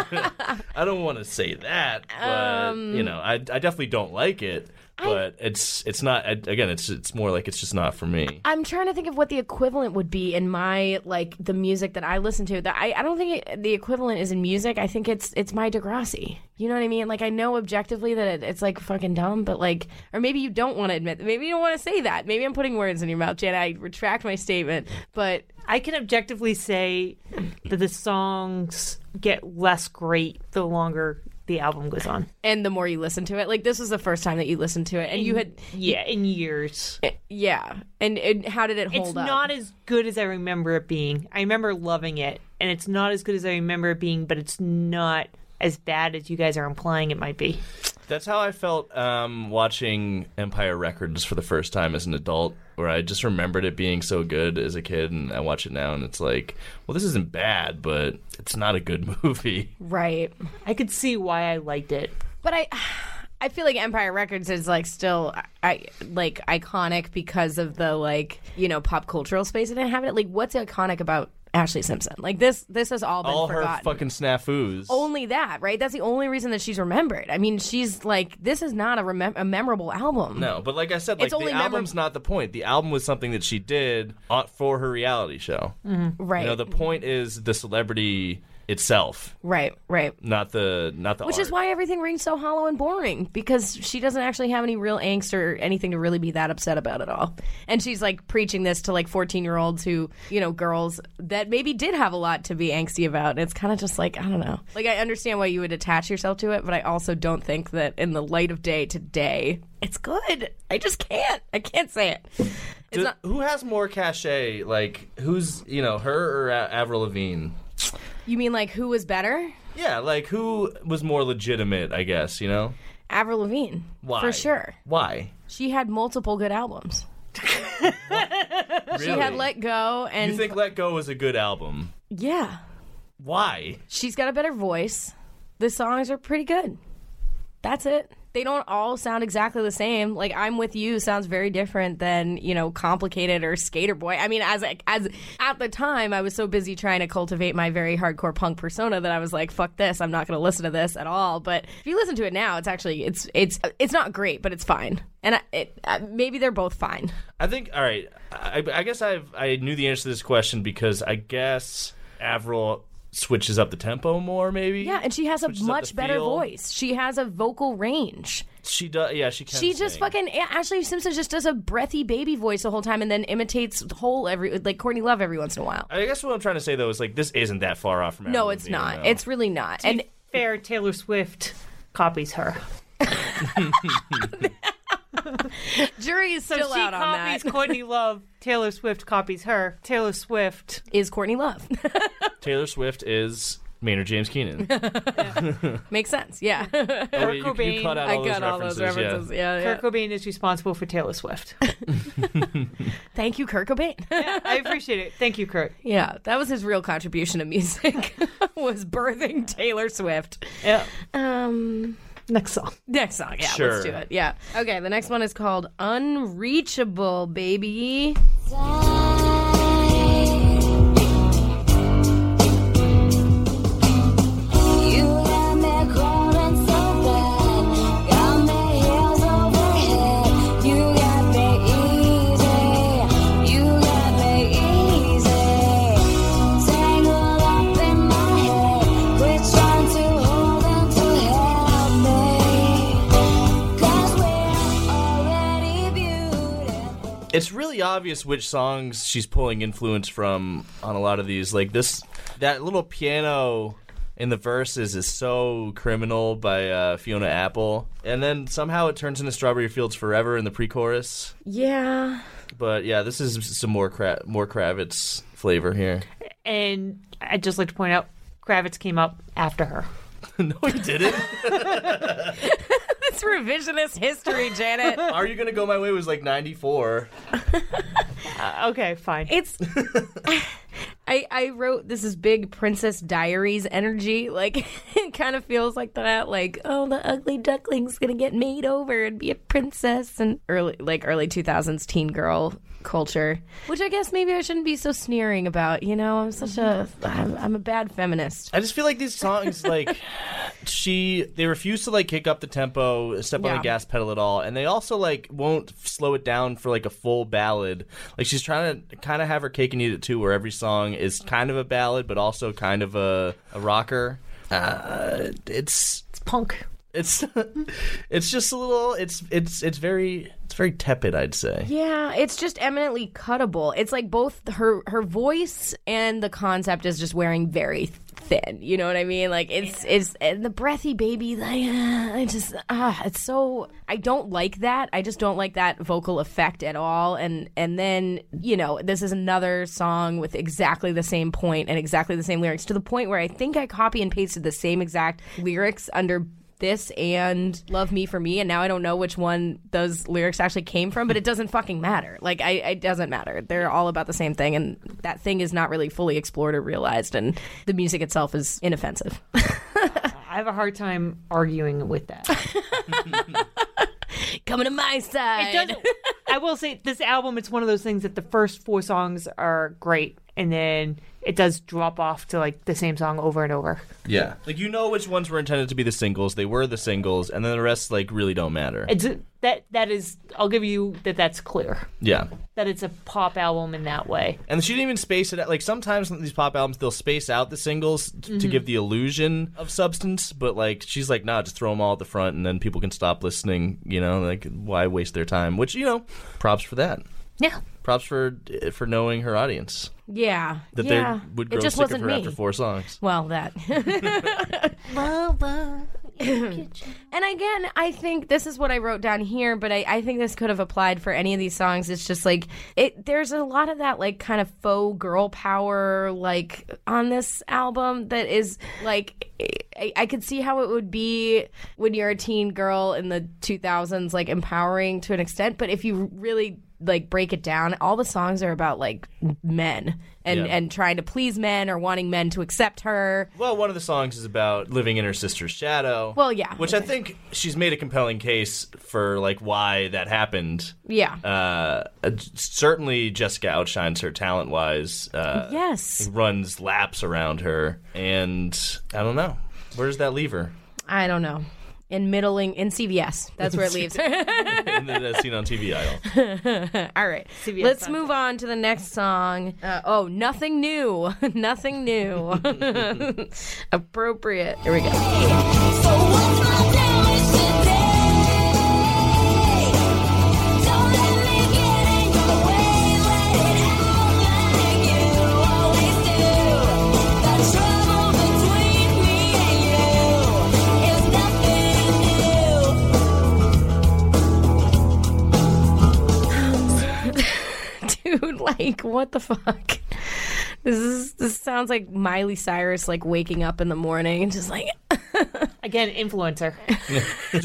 C: I don't want to say that, but you know, I I definitely don't like it. But it's it's not I- again. It's it's more like it's just not for me.
B: I'm trying to think of what the equivalent would be in my like the music that I listen to. That I, I don't think it, the equivalent is in music. I think it's it's my Degrassi. You know what I mean? Like I know objectively that it, it's like fucking dumb, but like or maybe you don't want to admit. Maybe you don't want to say that. Maybe I'm putting words in your mouth, Jan. I retract my statement. But
D: I can objectively say that the songs get less great the longer the album goes on.
B: and the more you listen to it, like this was the first time that you listened to it, and you had
D: Yeah, in years.
B: yeah. And, and how did it hold
D: it's
B: up?
D: not as good as I remember it being. I remember loving it, and it's not as good as I remember it being, but it's not as bad as you guys are implying it might be.
C: That's how I felt um, watching Empire Records for the first time as an adult, where I just remembered it being so good as a kid, and I watch it now, and it's like, well, this isn't bad, but it's not a good movie.
B: right.
D: I could see why I liked it.
B: but I I feel like Empire Records is like still I like iconic because of the like you know pop cultural space it inhabited. Like what's iconic about Ashley Simpson? Like this this has all been
C: All
B: forgotten.
C: her fucking snafus.
B: only that, right? That's the only reason that she's remembered. I mean, she's like this is not a, remem- a memorable album.
C: no, but like I said, like
B: It's only
C: the
B: memor-
C: album's not the point. The album was something that she did uh, for her reality show.
B: Mm-hmm. right.
C: You know, the point is the celebrity itself,
B: right, right.
C: not the not the
B: Which is
C: art.
B: why everything rings so hollow and boring because she doesn't actually have any real angst or anything to really be that upset about at all. And she's like preaching this to like 14 year olds who, you know, girls that maybe did have a lot to be angsty about. And it's kind of just like, I don't know. Like, I understand why you would attach yourself to it, but I also don't think that in the light of day today, it's good. I just can't. I can't say it. It's
C: Do-
B: not.
C: who has more cachet? Like who's you know her or a- Avril Lavigne?
B: You mean like who was better?
C: Yeah, like who was more legitimate, I guess, you know?
B: Avril Lavigne.
C: Why?
B: For sure.
C: Why?
B: She had multiple good albums.
C: Really?
B: She had Let Go and.
C: You think Let Go is a good album?
B: yeah.
C: Why?
B: She's got a better voice. The songs are pretty good. That's it. They don't all sound exactly the same. Like I'm with you sounds very different than, you know, complicated or skater boy. I mean, as as at the time I was so busy trying to cultivate my very hardcore punk persona that I was like, fuck this, I'm not going to listen to this at all. But if you listen to it now, it's actually it's it's it's not great, but it's fine. And I, it, uh, maybe they're both fine.
C: I think all right. I, I guess I've I knew the answer to this question because I guess Avril switches up the tempo more maybe.
B: Yeah, and she has a
C: Switches up the
B: much better
C: feel.
B: voice. She has a vocal range.
C: She does yeah, she can
B: She just
C: sing.
B: fucking A- Ashley Simpson just does a breathy baby voice the whole time and then imitates whole every like Courtney Love every once in a while.
C: I guess what I'm trying to say though is like this isn't that far off from Avril
B: no, it's
C: Lavigne,
B: not.
C: though.
B: It's really not. And
D: Fair Taylor Swift copies her.
B: jury is still
D: she
B: out on that.
D: copies Courtney Love. Taylor Swift copies her. Taylor Swift.
B: Is Courtney Love
C: Taylor Swift is Maynard James Keenan.
B: makes sense? Yeah,
C: oh, wait, you,
D: Cobain.
C: you cut out
B: I
C: all
B: got
C: those
B: all those
C: references, yeah.
B: references. Yeah, yeah.
D: Kurt Cobain is responsible for Taylor Swift.
B: Thank you, Kurt Cobain.
D: I appreciate it. Thank you, Kurt.
B: yeah, that was his real contribution to music was birthing Taylor Swift.
D: Yeah.
B: Um,
D: Next song.
B: next song. Yeah, let's
C: Sure.
B: do it. Yeah. Okay, the next one is called Unreachable, baby.
F: You got me crawling so bad, got me heels overhead. You got me easy, you got me easy. Tangled up in my head, quit trying to hold on to help me. 'Cause we're already beautiful.
C: it's really obvious which songs she's pulling influence from on a lot of these. Like this, that little piano in the verses is so criminal by uh, Fiona Apple, and then somehow it turns into Strawberry Fields Forever in the pre-chorus.
B: Yeah.
C: But yeah, this is some more Kra- more Kravitz flavor here.
D: And I'd just like to point out, Kravitz came up after her.
C: no, he didn't.
B: It's revisionist history, Janet.
C: Are you gonna go my way? Was like '94.
D: Okay, fine.
B: It's I I wrote this is big Princess Diaries energy. Like it kind of feels like that. Like oh, the ugly duckling's gonna get made over and be a princess and early like early two thousands teen girl culture. Which I guess maybe I shouldn't be so sneering about. You know, I'm such a I'm, I'm a bad feminist.
C: I just feel like these songs, like she, they refuse to like kick up the tempo, step on
B: Yeah.
C: the gas pedal at all, and they also like won't slow it down for like a full ballad. Like she's trying to kind of have her cake and eat it too, where every song is kind of a ballad but also kind of a, a rocker. Uh, it's
D: it's punk.
C: it's it's just a little. It's it's it's very it's very tepid, I'd say.
B: Yeah, it's just eminently cuttable. It's like both her her voice and the concept is just wearing very thin. You know what I mean? Like it's it's and the breathy baby. Like ah, I just ah, it's so I don't like that. I just don't like that vocal effect at all. And and then you know this is another song with exactly the same point and exactly the same lyrics to the point where I think I copy and pasted the same exact lyrics under this and Love Me for Me, and now I don't know which one those lyrics actually came from, but it doesn't fucking matter. Like, I, it doesn't matter. They're all about the same thing, and that thing is not really fully explored or realized, and the music itself is inoffensive.
D: I have a hard time arguing with that.
B: Coming to my side.
D: It doesn't- I will say this album. It's one of those things that the first four songs are great, and then it does drop off to like the same song over and over.
C: Yeah, like you know which ones were intended to be the singles. They were the singles, and then the rest like really don't matter.
D: It's that that is. I'll give you that. That's clear.
C: yeah.
D: That it's a pop album in that way.
C: And she didn't even space it out. Like sometimes on these pop albums, they'll space out the singles t- to
B: Mm-hmm.
C: give the illusion of substance. But like she's like, nah, just throw them all at the front, and then people can stop listening. You know, like why waste their time? Which you know, props for that.
D: Yeah.
C: Props for eh, for knowing her audience
B: yeah.
C: that
B: yeah.
C: they would
B: it
C: grow
B: just
C: sick of
B: wasn't
C: her
B: me.
C: after four songs.
B: Well, that. and again, I think this is what I wrote down here, but I, I think this could have applied for any of these songs. It's just like it. There's a lot of that like kind of faux girl power like on this album that is like I, I could see how it would be when you're a teen girl in the 2000s, like empowering to an extent. But if you really like break it down, all the songs are about like men and
C: Yeah.
B: and trying to please men or wanting men to accept her.
C: Well, one of the songs is about living in her sister's shadow.
B: Well, yeah,
C: which I think she's made a compelling case for like why that happened.
B: Yeah.
C: Uh, certainly, Jessica outshines her talent wise. Uh,
B: yes.
C: runs laps around her, and I don't know. Where does that leave her?
B: I don't know. In middling in CVS. That's where it leaves.
C: And then as seen on TV Idol.
B: All right. Let's move on to the next song. Uh, oh, nothing new. nothing new. Appropriate. Here we go.
F: So what's my damage today? Don't let me get in your way. Let it out like you always do. The trouble between me and you is nothing new.
B: Dude, like what the fuck? This is this sounds like Miley Cyrus like waking up in the morning and just like
D: Again, influencer.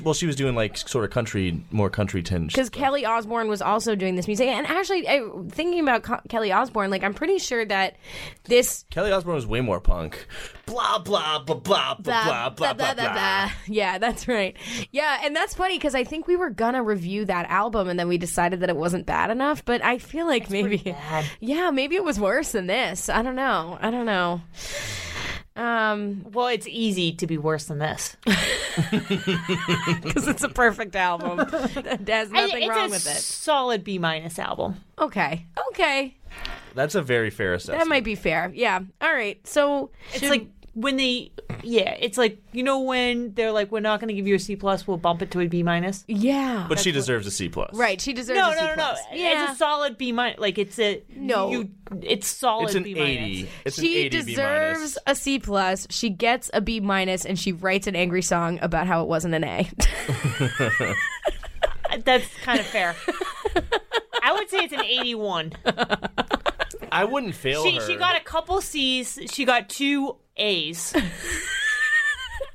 C: well, she was doing like sort of country, more country tinge.
B: because Kelly Osbourne was also doing this music. And actually, I, thinking about Co- Kelly Osbourne, like I'm pretty sure that this
C: Kelly Osbourne was way more punk. Blah blah blah blah blah blah blah blah. blah,
B: Yeah, that's right. Yeah, and that's funny because I think we were gonna review that album and then we decided that it wasn't bad enough. But I feel like maybe, yeah, maybe it was worse than this. I don't know. I don't know. Um,
D: Well, it's easy to be worse than this.
B: because it's a perfect album. There's nothing
D: it's
B: wrong
D: a
B: with it.
D: Solid B minus album.
B: Okay, okay,
C: That's a very fair assessment.
B: that might be fair. Yeah. All right. So
D: It's like when they, yeah, it's like you know when they're like, we're not going to give you a C plus, we'll bump it to a B minus.
B: yeah.
C: but she deserves a C plus.
B: Right. She deserves
D: No,
B: a C
D: no, no, no.
B: plus. Yeah.
D: It's a solid B minus. Like it's a
B: No.
D: You, it's solid.
C: It's an
D: B
C: eighty.
D: Minus.
C: It's an
B: she
C: eighty B minus.
B: deserves a C plus. She gets a B minus, and she writes an angry song about how it wasn't an A.
D: Uh, That's kind of fair. I would say it's an eighty-one.
C: I wouldn't fail
D: She,
C: her.
D: she got a couple C's. She got two A's.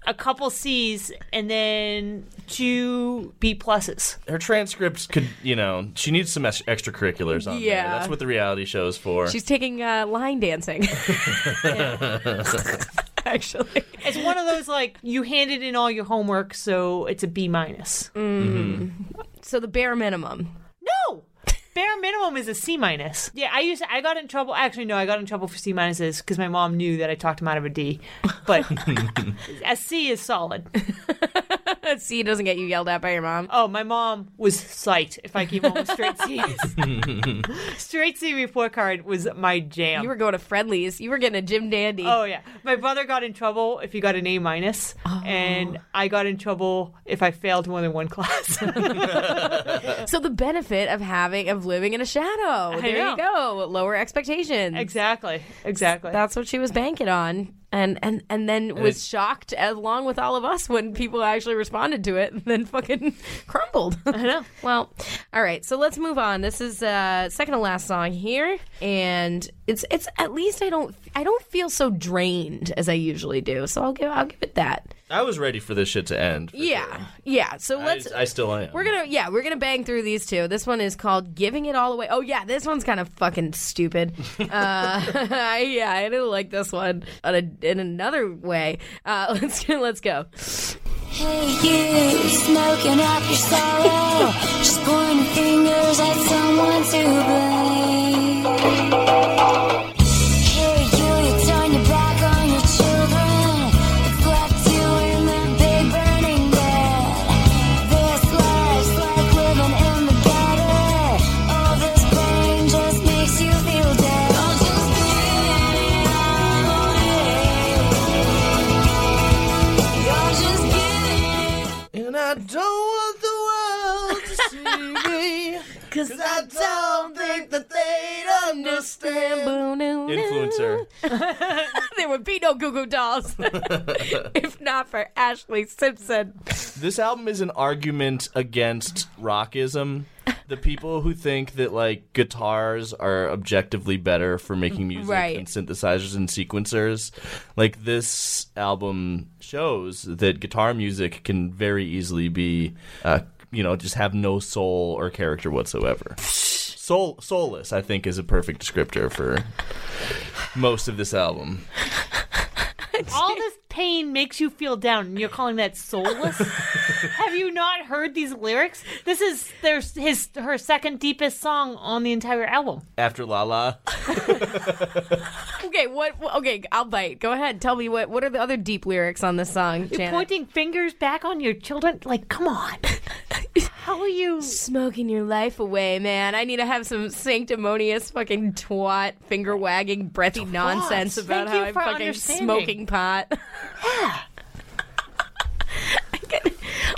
D: a couple C's and then two B pluses.
C: her transcripts could, you know, she needs some ex- extracurriculars on yeah.
B: Yeah.
C: That's what the reality show is for.
B: She's taking uh, line dancing. Actually,
D: It's one of those like you handed in all your homework, so it's a B minus.
B: so the bare minimum.
D: No. Bare minimum is a C minus. Yeah, I used I got in trouble. Actually, no, I got in trouble for C minuses because my mom knew that I talked him out of a D. But a C is solid.
B: That C doesn't get you yelled at by your mom.
D: Oh, my mom was psyched if I came home with straight C's. straight C report card was my jam.
B: You were going to Fredley's. You were getting a Jim Dandy.
D: oh yeah, my brother got in trouble if he got an A minus, and I got in trouble if I failed more than one class.
B: So the benefit of having of living in a shadow. There you go. Lower expectations.
D: exactly, exactly.
B: That's what she was banking on. And and and then was
C: it-
B: shocked along with all of us when people actually responded to it and then fucking crumbled. I know. well, all right. So let's move on. This is uh second to last song here and it's it's at least I don't I don't feel so drained as I usually do. So I'll give I'll give it that.
C: I was ready for this shit to end. for sure.
B: Yeah. Yeah. So
C: I,
B: let's
C: I still am.
B: we're gonna yeah, we're gonna bang through these two. This one is called "Giving It All Away." Oh yeah, this one's kind of fucking stupid. uh, yeah, I didn't like this one on a, in another way. Uh, let's let's go.
F: Hey you, smoking up your sorrow, just pointing fingers at someone to blame. Hey you, you turn your back on your children, it's left you in the big burning bed. This life's like living in the gutter. All this pain just makes you feel dead. Don't you spin it all away. You're just giving it
C: And I don't want the world to see me. Cause I don't think that they'd understand. Influencer.
B: There would be no Goo Goo Dolls if not for Ashley Simpson.
C: This album is an argument against rockism. The people who think that like guitars are objectively better for making music
B: Mm, Right.
C: than synthesizers and sequencers, like this album shows that guitar music can very easily be, uh, you know, just have no soul or character whatsoever. Soul, soulless, I think, is a perfect descriptor for most of this album.
D: All this pain makes you feel down, and you're calling that soulless? Have you not heard these lyrics? This is their his her second deepest song on the entire album.
C: After La La,
B: Okay, what? Okay, I'll bite. Go ahead. Tell me what. What are the other deep lyrics on this song? Janet?
D: Pointing fingers back on your children, like come on. How are you?
B: smoking your life away, man. I need to have some sanctimonious fucking twat, finger wagging, breathy nonsense about
D: Thank you
B: how I'm
D: for
B: fucking
D: understanding.
B: smoking pot. I get-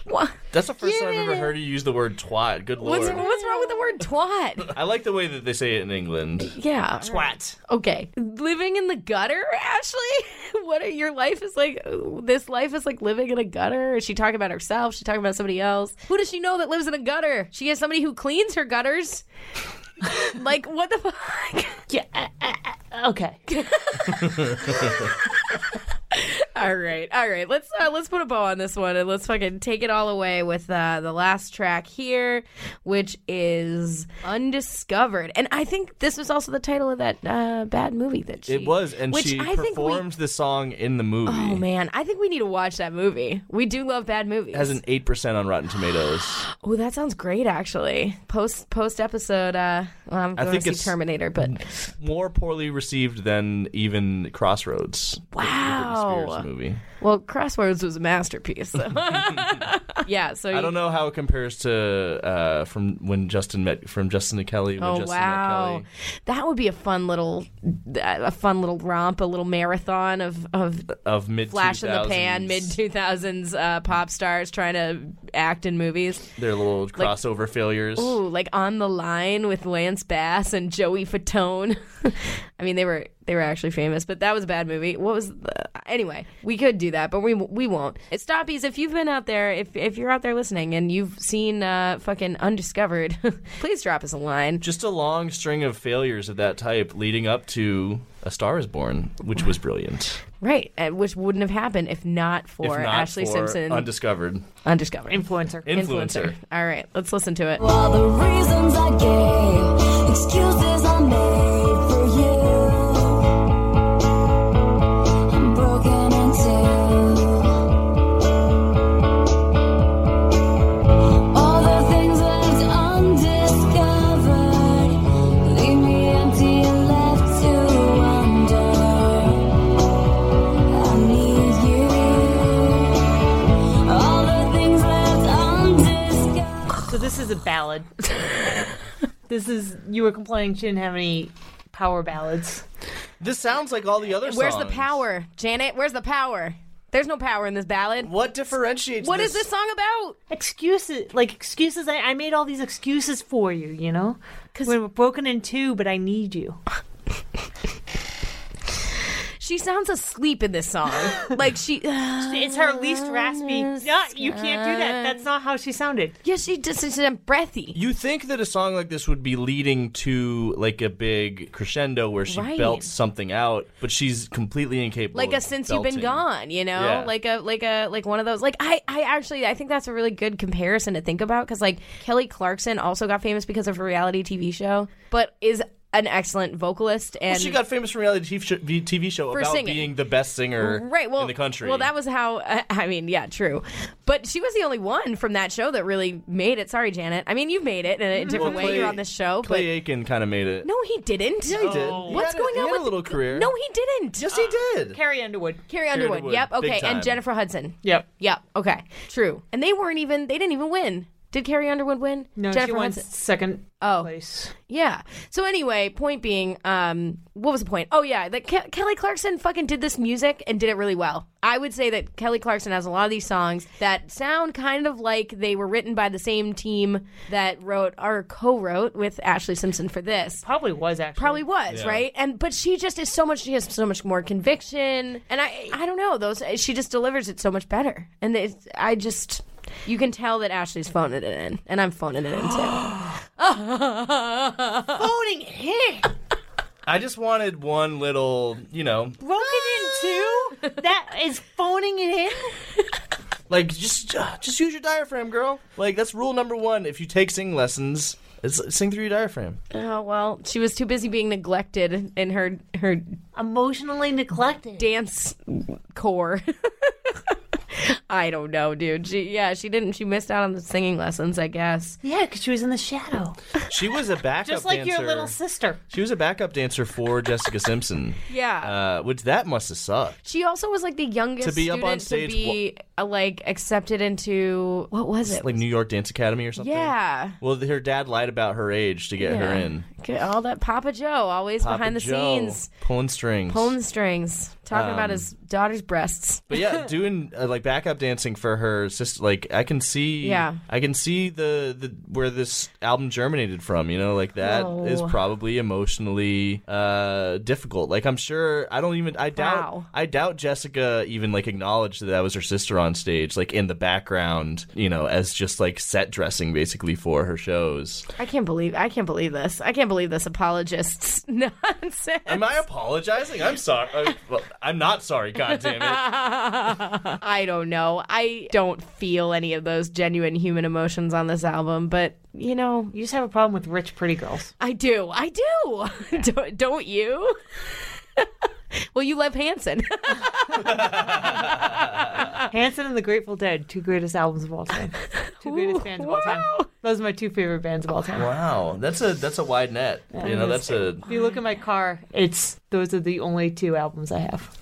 B: Wha-
C: that's the first time I've ever heard you use the word twat. Good lord.
B: What's, what's wrong with the word twat?
C: I like the way that they say it in England.
B: Yeah.
D: What?
B: Okay. Living in the gutter, Ashley? What are your life is like? This life is like living in a gutter. Is she talking about herself? Is she talking about somebody else? Who does she know that lives in a gutter? She has somebody who cleans her gutters. like, what the fuck?
D: Yeah. uh, uh, uh, okay.
B: All right, all right. Let's uh, let's put a bow on this one and let's fucking take it all away with uh, the last track here, which is "Undiscovered." And I think this was also the title of that uh, bad movie that she
C: It was, and
B: which
C: she
B: I think we-
C: performs the song in the movie.
B: oh man, I think we need to watch that movie. We do love bad movies.
C: Has an eight percent on Rotten Tomatoes.
B: oh, that sounds great actually. Post post episode, uh, well, I'm going
C: think
B: to
C: it's-
B: see Terminator, but
C: More poorly received than even Crossroads. the Britney
B: Wow.
C: Spears movie.
B: well, Crossroads was a masterpiece. so. yeah, so
C: I don't know how it compares to uh, from when Justin met from Justin and Kelly. When
B: Oh
C: Justin
B: wow,
C: Met Kelly.
B: that would be a fun little, a fun little romp, a little marathon of of
C: Of mid
B: flash in the pan, mid two thousands uh, pop stars trying to act in movies.
C: Their little crossover failures.
B: Ooh, like on the line with Lance Bass and Joey Fatone. I mean, they were they were actually famous, but that was a bad movie. What was the, anyway? We could do that, but we we won't. Stoppies, if you've been out there, if if you're out there listening and you've seen uh, fucking Undiscovered, please drop us a line.
C: Just a long string of failures of that type leading up to A Star is Born, which was brilliant.
B: Right, and which wouldn't have happened if not for
C: if not
B: Ashley
C: for
B: Simpson
C: Undiscovered.
B: Undiscovered
D: Influencer.
C: Influencer.
B: All right, let's listen to it.
F: All the reasons I gave, excuses I made for you. I'm broken in two. All the things left undiscovered leave me empty and left to wonder. I need you. All the things left undiscovered.
D: So this is a ballad. this is you were complaining she didn't have any power ballads.
C: This sounds like all the other
B: Where's the
C: songs.
B: power, Janet? Where's the power? There's no power in this ballad.
C: What differentiates
B: what is this song about?
D: Excuses, like excuses. I, I made all these excuses for you. You know, because we're broken in two, but I need you.
B: She sounds asleep in this song. like she, uh,
D: It's her least raspy. No, you can't do that. That's not how she sounded.
B: yeah, she just she's breathy.
C: You think that a song like this would be leading to like a big crescendo where she
B: Right.
C: belts something out, but she's completely incapable.
B: like
C: of
B: a since you've been
C: belting.
B: gone you know
C: Yeah.
B: like a like a like one of those like i i actually i think that's a really good comparison to think about because like kelly clarkson also got famous because of a reality tv show but is an excellent vocalist and
C: Well, she got famous from a reality TV show, TV show
B: For
C: about
B: singing.
C: being the best singer
B: right well
C: in the country.
B: well that was how uh, i mean yeah true but she was the only one from that show that really made it sorry janet i mean you made it in a different way
C: Mm-hmm. Clay-
B: you're on this show
C: Clay
B: but
C: Aiken kind of made it.
B: no he didn't yeah,
C: he did.
D: Oh.
C: He
B: what's
C: had a-
B: going
C: he
B: on
C: had a
B: with
C: little career.
B: no he didn't
C: yes, he did.
D: Carrie Underwood.
B: Carrie Underwood.
C: Underwood,
B: Yep.
C: big
B: Okay.
C: time.
B: And Jennifer Hudson.
D: Yep.
B: Yep. Okay. True. And they weren't even. They didn't even win. Did Carrie Underwood win?
D: No,
B: Jennifer
D: she won
B: Hudson.
D: second
B: Oh.
D: place.
B: Yeah. So anyway, point being, um, what was the point? Oh yeah, that Ke- Kelly Clarkson fucking did this music and did it really well. I would say that Kelly Clarkson has a lot of these songs that sound kind of like they were written by the same team that wrote or co-wrote with Ashley Simpson for this.
D: Probably was actually.
B: Probably was right, and but she just is so much. She has so much more conviction, and I I don't know those. She just delivers it so much better, and it's, I just you can tell that Ashley's phoning it in, and I'm phoning it in too.
D: Voting hit.
C: I just wanted one little, you know,
D: Broken in two? That is phoning it in?
C: like just uh, just use your diaphragm, girl. Like that's rule number one. If you take sing lessons, it's sing through your diaphragm.
B: oh well, she was too busy being neglected in her her
D: Emotionally neglected.
B: dance core. I don't know, dude. She yeah, she didn't. She missed out on the singing lessons, I guess.
D: Yeah, because she was in the shadow.
C: She was a backup
D: Just like
C: dancer.
D: your little sister.
C: She was a backup dancer for Jessica Simpson.
B: Yeah.
C: Uh, which that must have sucked.
B: She also was like the youngest
C: To be up
B: student
C: on stage, uh,
B: to be uh, like accepted into what was it?
C: Like New York Dance Academy or something.
B: Yeah.
C: Well, her dad lied about her age to get her
B: Yeah.
C: in.
B: Okay, All that Papa Joe, always
C: Papa
B: behind the
C: Joe, Um,
B: scenes,
C: pulling strings.
B: pulling the strings, talking about his daughter's breasts.
C: but yeah, doing uh, like backup dancing for her sister. Like I can see.
B: Yeah.
C: I can see the the where this album germinated from. You know, like that is
B: Whoa.
C: probably emotionally uh difficult. Like I'm sure. I don't even. I doubt.
B: Wow.
C: I doubt Jessica even like acknowledged that that was her sister on stage, like in the background. You know, as just like set dressing basically for her shows.
B: I can't believe I can't believe this. I can't believe this apologists nonsense.
C: Am I apologizing? I'm sorry. I, well, I'm not sorry. God damn it.
B: I don't know. I don't feel any of those genuine human emotions on this album, but you know,
D: You just have a problem with rich, pretty girls.
B: I do. I do. don't, don't you? well, you love Hanson.
D: Hanson and the Grateful Dead, two greatest albums of all time. Two greatest bands of all time.
B: wow.
D: Those are my two favorite bands of all time.
C: Wow, that's a that's a wide net. you know, that's a
D: If you look at my car, it's those are the only two albums I have.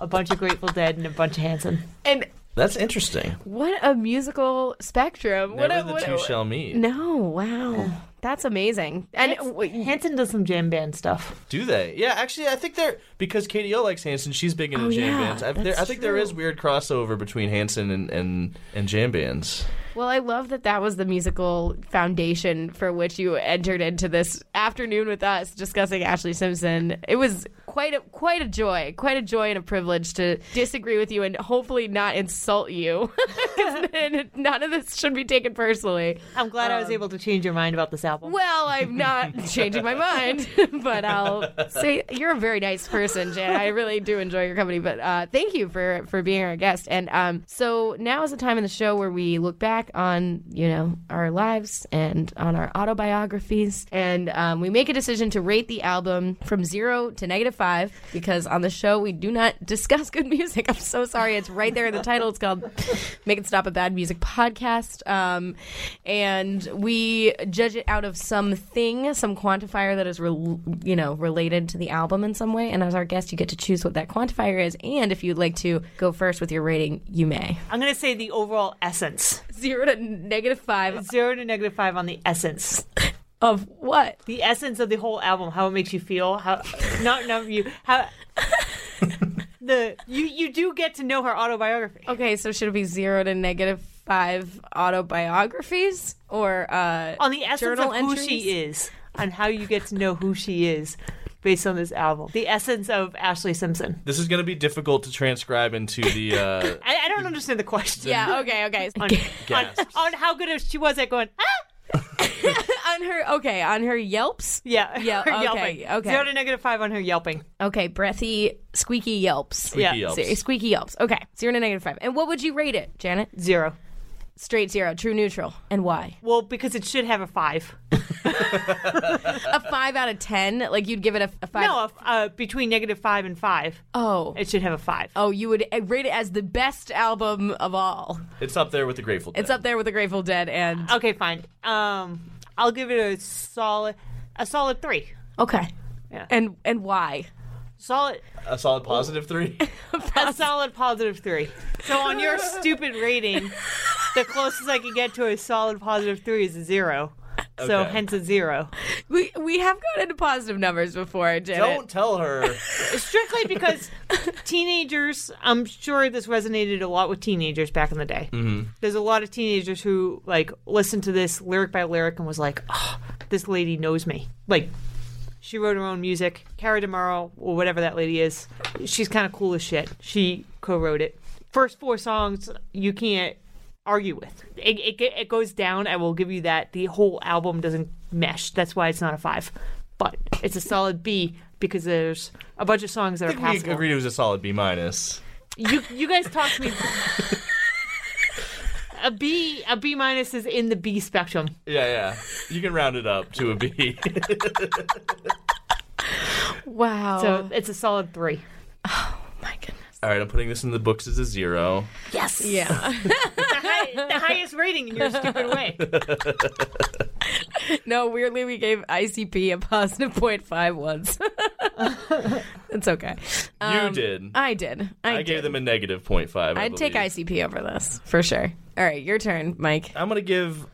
D: A bunch of Grateful Dead and a bunch of Hanson.
B: and
C: that's interesting.
B: what a musical spectrum. what
C: Never
B: a,
C: the
B: what
C: two
B: a,
C: shall meet.
B: No, wow. That's amazing. And uh, w-
D: Hanson does some jam band stuff.
C: Do they? Yeah, actually, I think they're because Katie O likes Hanson. She's big into
B: Oh,
C: jam
B: yeah,
C: bands. I, there,
B: that's
C: I think there
B: true.
C: is weird crossover between Hanson and and, and jam bands.
B: Well, I love that that was the musical foundation for which you entered into this afternoon with us discussing Ashley Simpson. It was quite a quite a joy, quite a joy and a privilege to disagree with you and hopefully not insult you. 'Cause then none of this should be taken personally.
D: I'm glad
B: Um,
D: I was able to change your mind about this album.
B: Well, I'm not changing my mind, but I'll say you're a very nice person, Jan. I really do enjoy your company. But uh, thank you for for being our guest. And um, so now is the time in the show where we look back on you know our lives and on our autobiographies, and um, we make a decision to rate the album from zero to negative five because on the show we do not discuss good music. I'm so sorry. It's right there in the title. It's called "Make It Stop a Bad Music Podcast," um, and we judge it out of something, some quantifier that is, rel you know, related to the album in some way. And as our guest, you get to choose what that quantifier is. And if you'd like to go first with your rating, you may.
D: I'm going to say the overall essence.
B: Zero to negative five
D: Zero to negative five on the essence.
B: of what?
D: The essence of the whole album, how it makes you feel, how not not you how the you you do get to know her autobiography.
B: Okay, so should it be zero to negative five autobiographies or uh,
D: on the essence
B: journal
D: of
B: entries?
D: who she is, on how you get to know who she is based on this album. The essence of Ashley Simpson.
C: This is going to be difficult to transcribe into the. Uh,
D: I, I don't understand the question.
B: Yeah. Okay. Okay.
D: On, on,
C: Gasps.
D: on how good she was at going, ah!
B: on her. Okay. On her Yelps.
D: Yeah.
B: Yeah,
D: her
B: okay,
D: yelping.
B: okay.
D: Zero to negative five on her yelping.
B: Okay. Breathy, squeaky Yelps.
C: Squeaky
D: Yeah,
C: Yelps.
B: Sorry, Squeaky yelps. Okay, zero to negative five. And what would you rate it, Janet?
D: Zero.
B: Straight zero, true neutral, and why?
D: Well, because it should have a five.
B: A five out of ten, like you'd give it a, a five.
D: No, a f uh, between negative five and five,
B: oh,
D: it should have a five.
B: oh, you would uh, rate it as the best album of all.
C: it's up there with the Grateful Dead.
B: It's up there with the Grateful Dead and
D: Okay, fine. Um, I'll give it a solid, a solid three.
B: okay,
D: Yeah.
B: and and why?
D: Solid,
C: A solid positive three.
D: a solid positive three. So on your stupid rating, the closest I could get to a solid positive three is a zero. So
C: Okay.
D: hence a zero.
B: We we have gone into positive numbers before, Janet.
C: Don't tell her.
D: Strictly because teenagers, I'm sure this resonated a lot with teenagers back in the day. Mm-hmm. There's a lot of teenagers who like listened to this lyric by lyric and was like, oh, this lady knows me. Like, she wrote her own music. Cara DeMarle, or whatever that lady is, she's kind of cool as shit. She co-wrote it. First four songs you can't argue with. It, it ge- it goes down. I will give you that. The whole album doesn't mesh. That's why it's not a five, but it's a solid B because there's a bunch of songs that are
C: I think we
D: passable.
C: agreed it was a solid B minus.
D: You you guys talk to me. A B, a B minus is in the B spectrum.
C: Yeah, yeah. You can round it up to a B.
B: Wow. Oh
D: So Oh, it's a solid three.
B: my goodness.
C: All right, I'm putting this in the books as a zero.
D: Yes.
B: Yeah.
D: The, high, the highest rating in your stupid way.
B: no, weirdly, we gave ICP a positive point five once. it's okay.
C: you did.
B: Um, I did. I,
C: I
B: did.
C: gave them a negative 0.5. I
B: I'd take
C: believe.
B: ICP over this for sure. All right, your turn, Mike.
C: I'm gonna give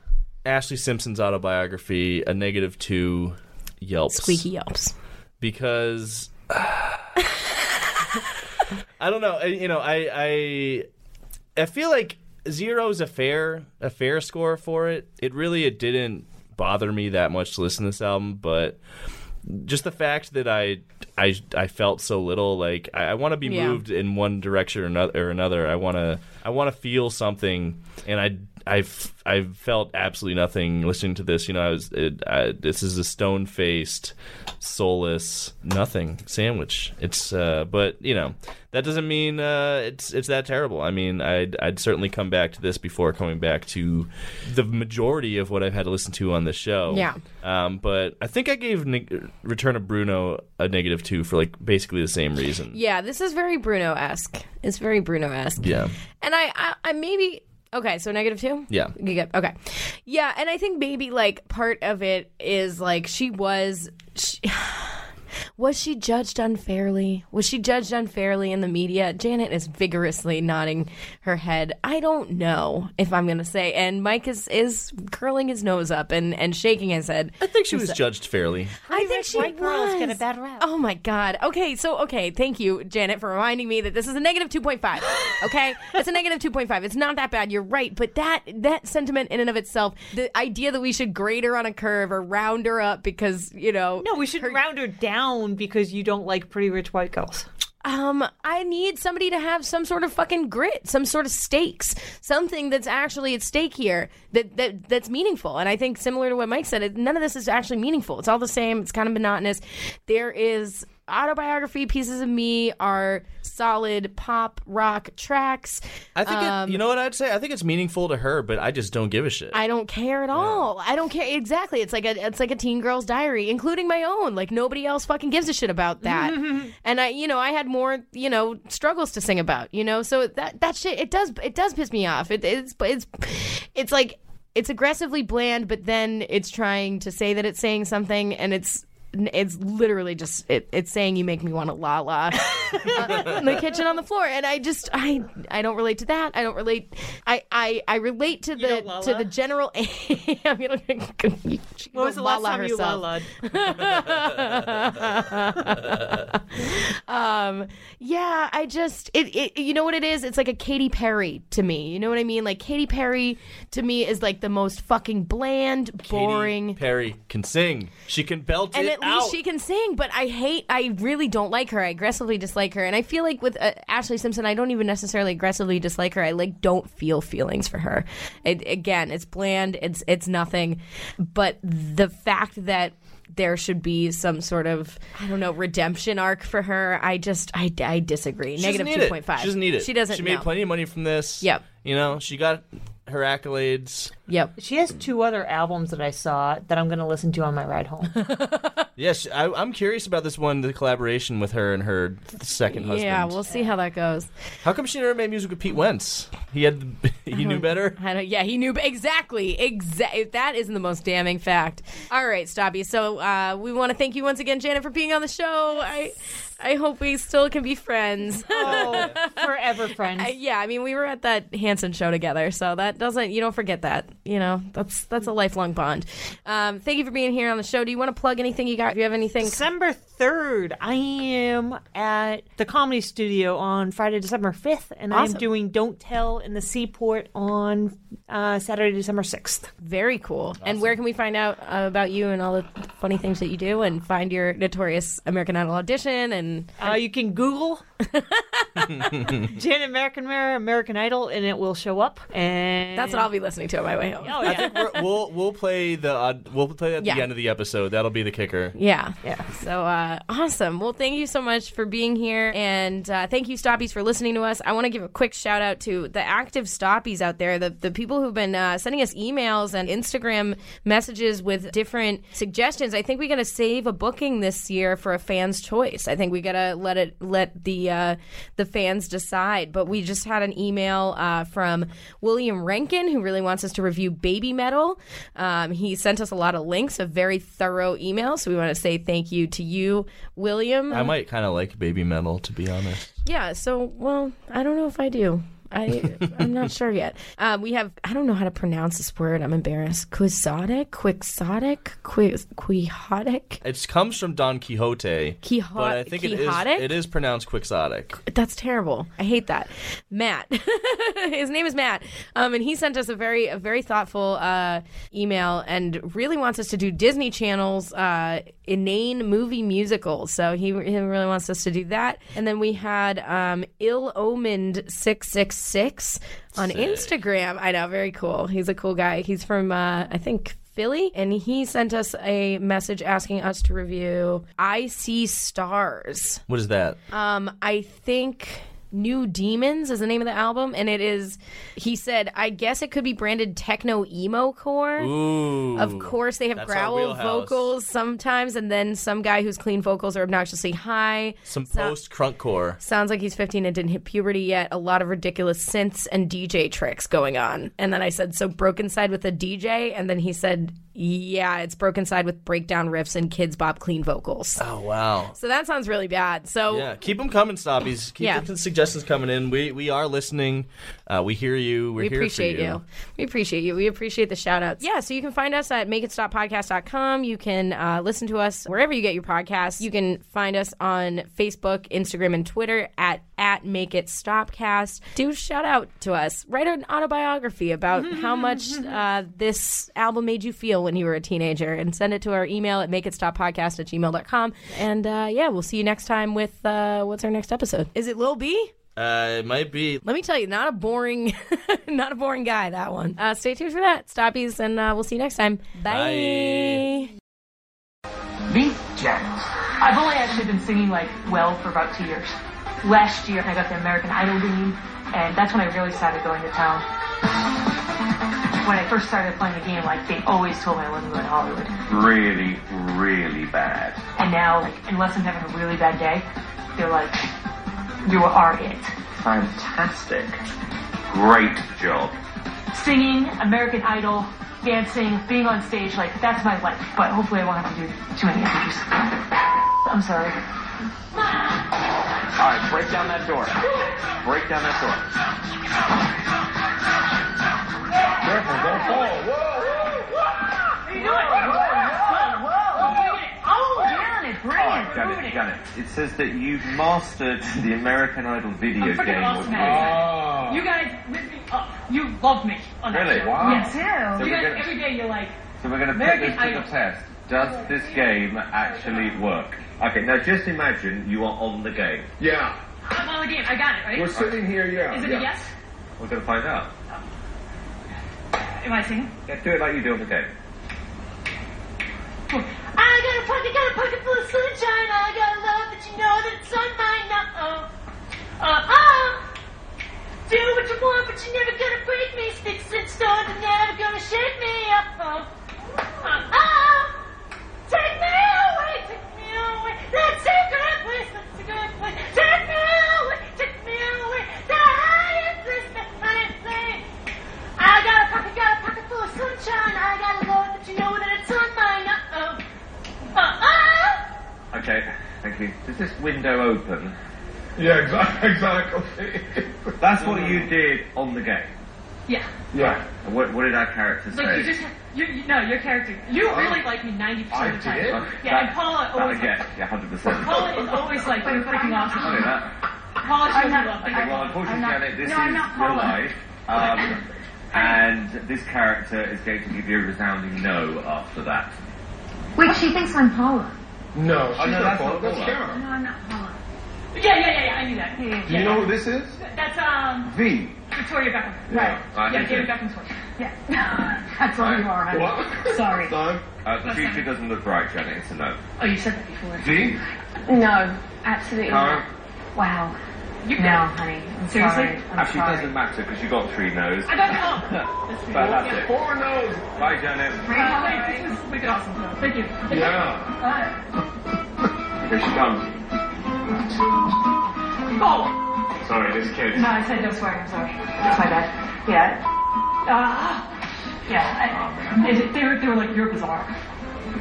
C: Ashley Simpson's autobiography a negative two Yelps
B: Squeaky yelps.
C: because I don't know. I, you know, I I I feel like zero is a fair a fair score for it. It really it didn't bother me that much to listen to this album, but just the fact that I I I felt so little like I, I want to be
B: Yeah.
C: moved in one direction or another or another. I want to I want to feel something, and I I I felt absolutely nothing listening to this. You know, I was it, I, this is a stone faced, soulless nothing sandwich. It's uh, but you know that doesn't mean uh, it's it's that terrible. I mean, I'd I'd certainly come back to this before coming back to the majority of what I've had to listen to on this show.
B: Yeah.
C: Um, but I think I gave neg- Return of Bruno a negative two for like basically the same reason.
B: Yeah, this is very Bruno esque. It's very Bruno esque.
C: Yeah.
B: And I, I, I maybe okay. So negative two.
C: Yeah.
B: You get okay. Yeah, and I think maybe like part of it is like she was. She, Was she judged unfairly? Was she judged unfairly in the media? Janet is vigorously nodding her head. I don't know if I'm going to say. And Mike is, is curling his nose up and, and shaking his head.
C: I think she was judged fairly.
B: I think
D: much
B: she
D: white girls
B: was.
D: get a bad rap.
B: Oh my god. Okay, so okay, thank you, Janet, for reminding me that this is a negative two point five. Okay, it's a negative two point five. It's not that bad. You're right, but that that sentiment in and of itself, the idea that we should grade her on a curve or round her up because you know,
D: No, we should round her down because you don't like pretty rich white girls.
B: um, I need somebody to have some sort of fucking grit, some sort of stakes, something that's actually at stake here that that that's meaningful. And I think similar to what Mike said, it- none of this is actually meaningful. It's all the same. It's kind of monotonous. There is autobiography pieces of me are solid pop rock tracks.
C: I think it, you know what I'd say. I think it's meaningful to her, but I just don't give a shit.
B: Um, I don't care at all. I don't care exactly. It's like a it's like a teen girl's diary, including my own. Like nobody else fucking gives a shit about that. and I, you know, I had more, you know, struggles to sing about. You know, so that that shit it does it does piss me off. It, it's but it's it's like it's aggressively bland, but then it's trying to say that it's saying something, and it's. It's literally just it, it's saying you make me want to la la in the kitchen on the floor, and I just I I don't relate to that. I don't relate. I I, I relate to the
D: don't la-la?
B: to the general. I'm gonna. She
D: What was the
B: don't
D: last
B: la-la
D: time you
B: herself.
D: la-la'd?
B: um, yeah, I just it, it. You know what it is? It's like a Katy Perry to me. You know what I mean? Like Katy Perry to me is like the most fucking bland,
C: Katy
B: boring.
C: Perry can sing. She can belt
B: and
C: it
B: at least
C: out.
B: she can sing, but I hate, I really don't like her. I aggressively dislike her. And I feel like with uh, Ashley Simpson, I don't even necessarily aggressively dislike her. I like don't feel feelings for her. It, again, it's bland, it's, it's nothing. But the fact that there should be some sort of, I don't know, redemption arc for her, I just, I, I disagree.
C: She doesn't
B: Negative
C: need it.
B: 2.5.
C: She doesn't need it.
B: She doesn't
C: She made
B: no.
C: plenty of money from this.
B: Yep.
C: You know, she got her accolades.
B: Yep.
D: She has two other albums that I saw that I'm going to listen to on my ride home.
C: Yes, I, I'm curious about this one, the collaboration with her and her second husband.
B: Yeah, we'll see how that goes.
C: How come she never made music with Pete Wentz? He had, the, he
B: Uh-huh.
C: knew better.
B: I don't, yeah, he knew exactly. Exactly. That isn't the most damning fact. All right, Stabby. So uh, we want to thank you once again, Janet, for being on the show. I I hope we still can be friends.
D: oh, forever friends.
B: I- yeah, I mean, we were at that Hanson show together, so that doesn't you don't forget that. You know, that's that's a lifelong bond. Um, thank you for being here on the show. Do you want to plug anything you got? Do you have anything?
D: December 3rd, I am at the Comedy Studio on Friday, December 5th, and
B: Awesome.
D: I'm doing Don't Tell in the Seaport on uh, Saturday, December 6th.
B: Very cool. And where can we find out uh, about you and all the funny things that you do, and find your notorious American Idol audition and
D: Uh, you can Google Janet American Mirror, American Idol, and it will show up. And
B: that's what I'll be listening to on my way home.
D: Oh, yeah.
C: We're- we'll we'll play the uh, we'll play at
B: Yeah.
C: the end of the episode. That'll be the kicker.
B: Yeah.
D: Yeah.
B: So uh, awesome. Well, thank you so much for being here. And uh, thank you, Stoppies, for listening to us. I want to give a quick shout out to the active Stoppies out there, the, the people who've been uh, sending us emails and Instagram messages with different suggestions. I think we got to save a booking this year for a fan's choice. I think we got to let it let the uh, the fans decide. But we just had an email uh, from William Rankin, who really wants us to review Baby Metal. Um, he sent us a lot of links, a very thorough email. So we want to say thank you to you, William.
C: I might kind of like baby metal, to be honest.
B: yeah. So, well, I don't know if I do. I, I'm not sure yet. Um, we have, I don't know how to pronounce this word. I'm embarrassed. Quixotic? Quixotic? Qui- Quixotic?
C: It comes from Don Quixote,
B: Quixo-
C: but I think it is
B: Quixotic?
C: it is pronounced quixotic.
B: That's terrible. I hate that. Matt, his name is Matt, um, and he sent us a very, a very thoughtful uh, email and really wants us to do Disney Channel's uh, inane movie musical. So he, he really wants us to do that. And then we had um, ill omened six six six on Instagram. I know, very cool. He's a cool guy. He's from, uh, I think. Philly, and he sent us a message asking us to review I See Stars.
C: What is that?
B: Um, I think New Demons is the name of the album, and it is. He said, "I guess it could be branded techno emo core."
C: Ooh,
B: Of course, they have
C: that's our
B: growl
C: wheelhouse.
B: vocals sometimes, and then some guy whose clean vocals are obnoxiously high.
C: some post crunk core.
B: Sounds like he's 15 and didn't hit puberty yet. A lot of ridiculous synths and DJ tricks going on. And then I said, so Broken Side with a DJ. And then he said, Yeah, it's broken side with breakdown riffs and kids bop clean vocals.
C: Oh wow.
B: So that sounds really bad. So
C: Yeah, keep them coming, Stoppies. Keep
B: Yeah.
C: the suggestions coming in. We we are listening. Uh, we hear you. We're
B: we
C: here
B: appreciate
C: for
B: you. We appreciate you. We appreciate the shout outs. Yeah, so you can find us at makeitstoppodcast.com. You can uh, listen to us wherever you get your podcasts. You can find us on Facebook, Instagram, and Twitter at, at Make It Stopcast. Do shout out to us. Write an autobiography about how much uh, this album made you feel when you were a teenager and send it to our email at makeitstoppodcast at gmail.com. And uh, yeah, we'll see you next time with uh, what's our next episode? Is it Lil B?
C: Uh, it might be.
B: Let me tell you, not a boring, not a boring guy. That one. Uh, stay tuned for that, Stoppies, and uh, we'll see you next time. Bye.
C: Bye.
G: These gems. I've only actually been singing like well for about two years. Last year I got the American Idol game, and that's when I really started going to town. When I first started playing the game, like they always told me I wasn't going to Hollywood.
H: really, really bad.
G: And now, like, unless I'm having a really bad day, they're like, you are it.
H: Fantastic. Great job.
G: Singing, American Idol, dancing, being on stage, like that's my life. But hopefully I won't have to do too many interviews. I'm sorry.
H: All right, break down that door. Break down that door. Careful, don't fall. Alright, got it, got it. It says that you've mastered the American Idol video
G: I'm freaking
H: game.
G: awesome
H: with
G: at You guys lift me up. You love me. On that
H: Really?
G: show.
H: Wow.
G: Yes.
H: So
G: You
H: we're
G: guys,
H: gonna-
G: every day you're like,
H: So we're going to put
G: American
H: this to
G: Idol.
H: the test. Does this game actually work? Okay, now just imagine you are on the game.
I: Yeah.
G: I'm on the game. I got it, right?
I: We're sitting here, yeah.
G: Is it
I: yeah.
G: a yes?
H: We're going to find out.
G: Am I singing?
H: Yeah, do it like you do on the game.
G: I got a pocket, got a pocket full of sunshine. I got love that you know that it's on mine. Uh-oh. Uh-oh. Do what you want, but you're never gonna break me. Sticks and stones are never gonna shake me. Uh-oh. Uh-oh. Take me away, take me away. That's a good place, that's a good place. Take me away, take me away. The highest place, the highest place. I got a pocket, got a pocket full of sunshine. I got a love that you know that it's on mine. Uh-oh. Uh-oh.
H: Okay, thank you. Does this window open?
I: Yeah, exactly. exactly.
H: That's what you did on the game.
G: Yeah.
I: yeah.
H: And What, what did our character say?
G: Like you just, you, you no, your character. You really like me ninety percent of the
I: I
G: time.
I: did?
G: Yeah, and Paula always.
H: That, yeah, yeah, hundred percent.
G: Paula is always like you're freaking awesome. Paula shows you love.
H: Okay, well, unfortunately, Janet, this
G: no, I'm
H: is
G: not
H: real
G: Paula.
H: life, um, and this character is going to give you a resounding no after that. Oh,
G: Wait, she thinks I'm Paula.
I: No, she's
H: no,
I: not
H: that's
I: Paula.
H: not
I: That's
H: Paula.
I: Karen.
G: I'm not Paula. Yeah, yeah, yeah, yeah. I knew that. Yeah, yeah,
I: Do you know who this is?
G: yeah. That's um
I: V.
G: Victoria Beckham.
I: Yeah, I
G: Yeah,
I: think
G: David
I: so.
G: Beckham's wife. Yeah. That's all you are.
I: What?
G: Sorry.
I: Son?
H: Uh, the future doesn't look bright, Janet. It's a no.
G: Oh, you said that before.
I: V?
G: No, absolutely
H: Karen,
G: Wow. You no, honey. I'm Seriously?
H: actually, it doesn't matter because you got three no's.
G: I got it. Oh.
H: But that's it.
I: Four no's.
H: Bye, Janet.
G: Uh, wait, this is wicked awesome. Thank you.
I: Yeah.
G: Bye.
H: Here she comes.
G: Oh!
I: Sorry, this kid.
G: No, I said no swearing, I'm sorry. That's my bad. Yeah. Uh, yeah, I, it, they, were, they were like, you're bizarre.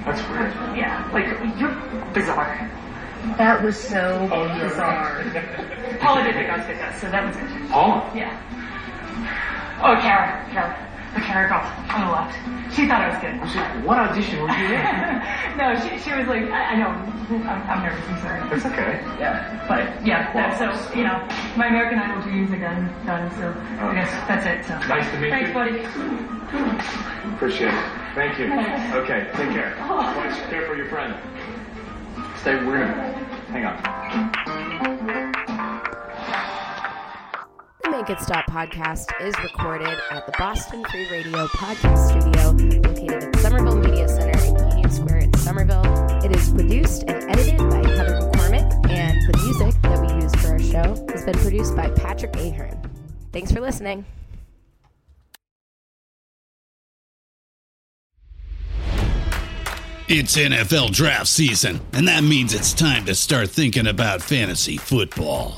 I: That's weird.
G: Yeah, like, you're bizarre.
J: That was so
I: Oh, no.
J: bizarre.
G: Paula did make us get that, so that was it.
I: Oh.
G: Yeah. Oh, Kara. Kara. The Kara girl on the left. She thought I was good.
I: Oh, What audition were you in?
G: no, she, she was like, I, I know, I'm, I'm nervous, I'm sorry.
I: It's okay.
G: Yeah, but yeah, that, so you know, my American Idol dreams are done, done. So I guess that's it. So
I: Oh. Nice to meet
G: thanks,
I: you.
G: buddy.
I: Appreciate it. Thank you. Okay, take care. Watch, care for your friend.
H: Stay weird. Hang on.
J: The Make It Stop podcast is recorded at the Boston Free Radio podcast studio located at Somerville Media Center in Union Square in Somerville. It is produced and edited by Heather McCormick, and the music that we use for our show has been produced by Patrick Ahern. Thanks for listening.
E: It's NFL draft season, and that means it's time to start thinking about fantasy football.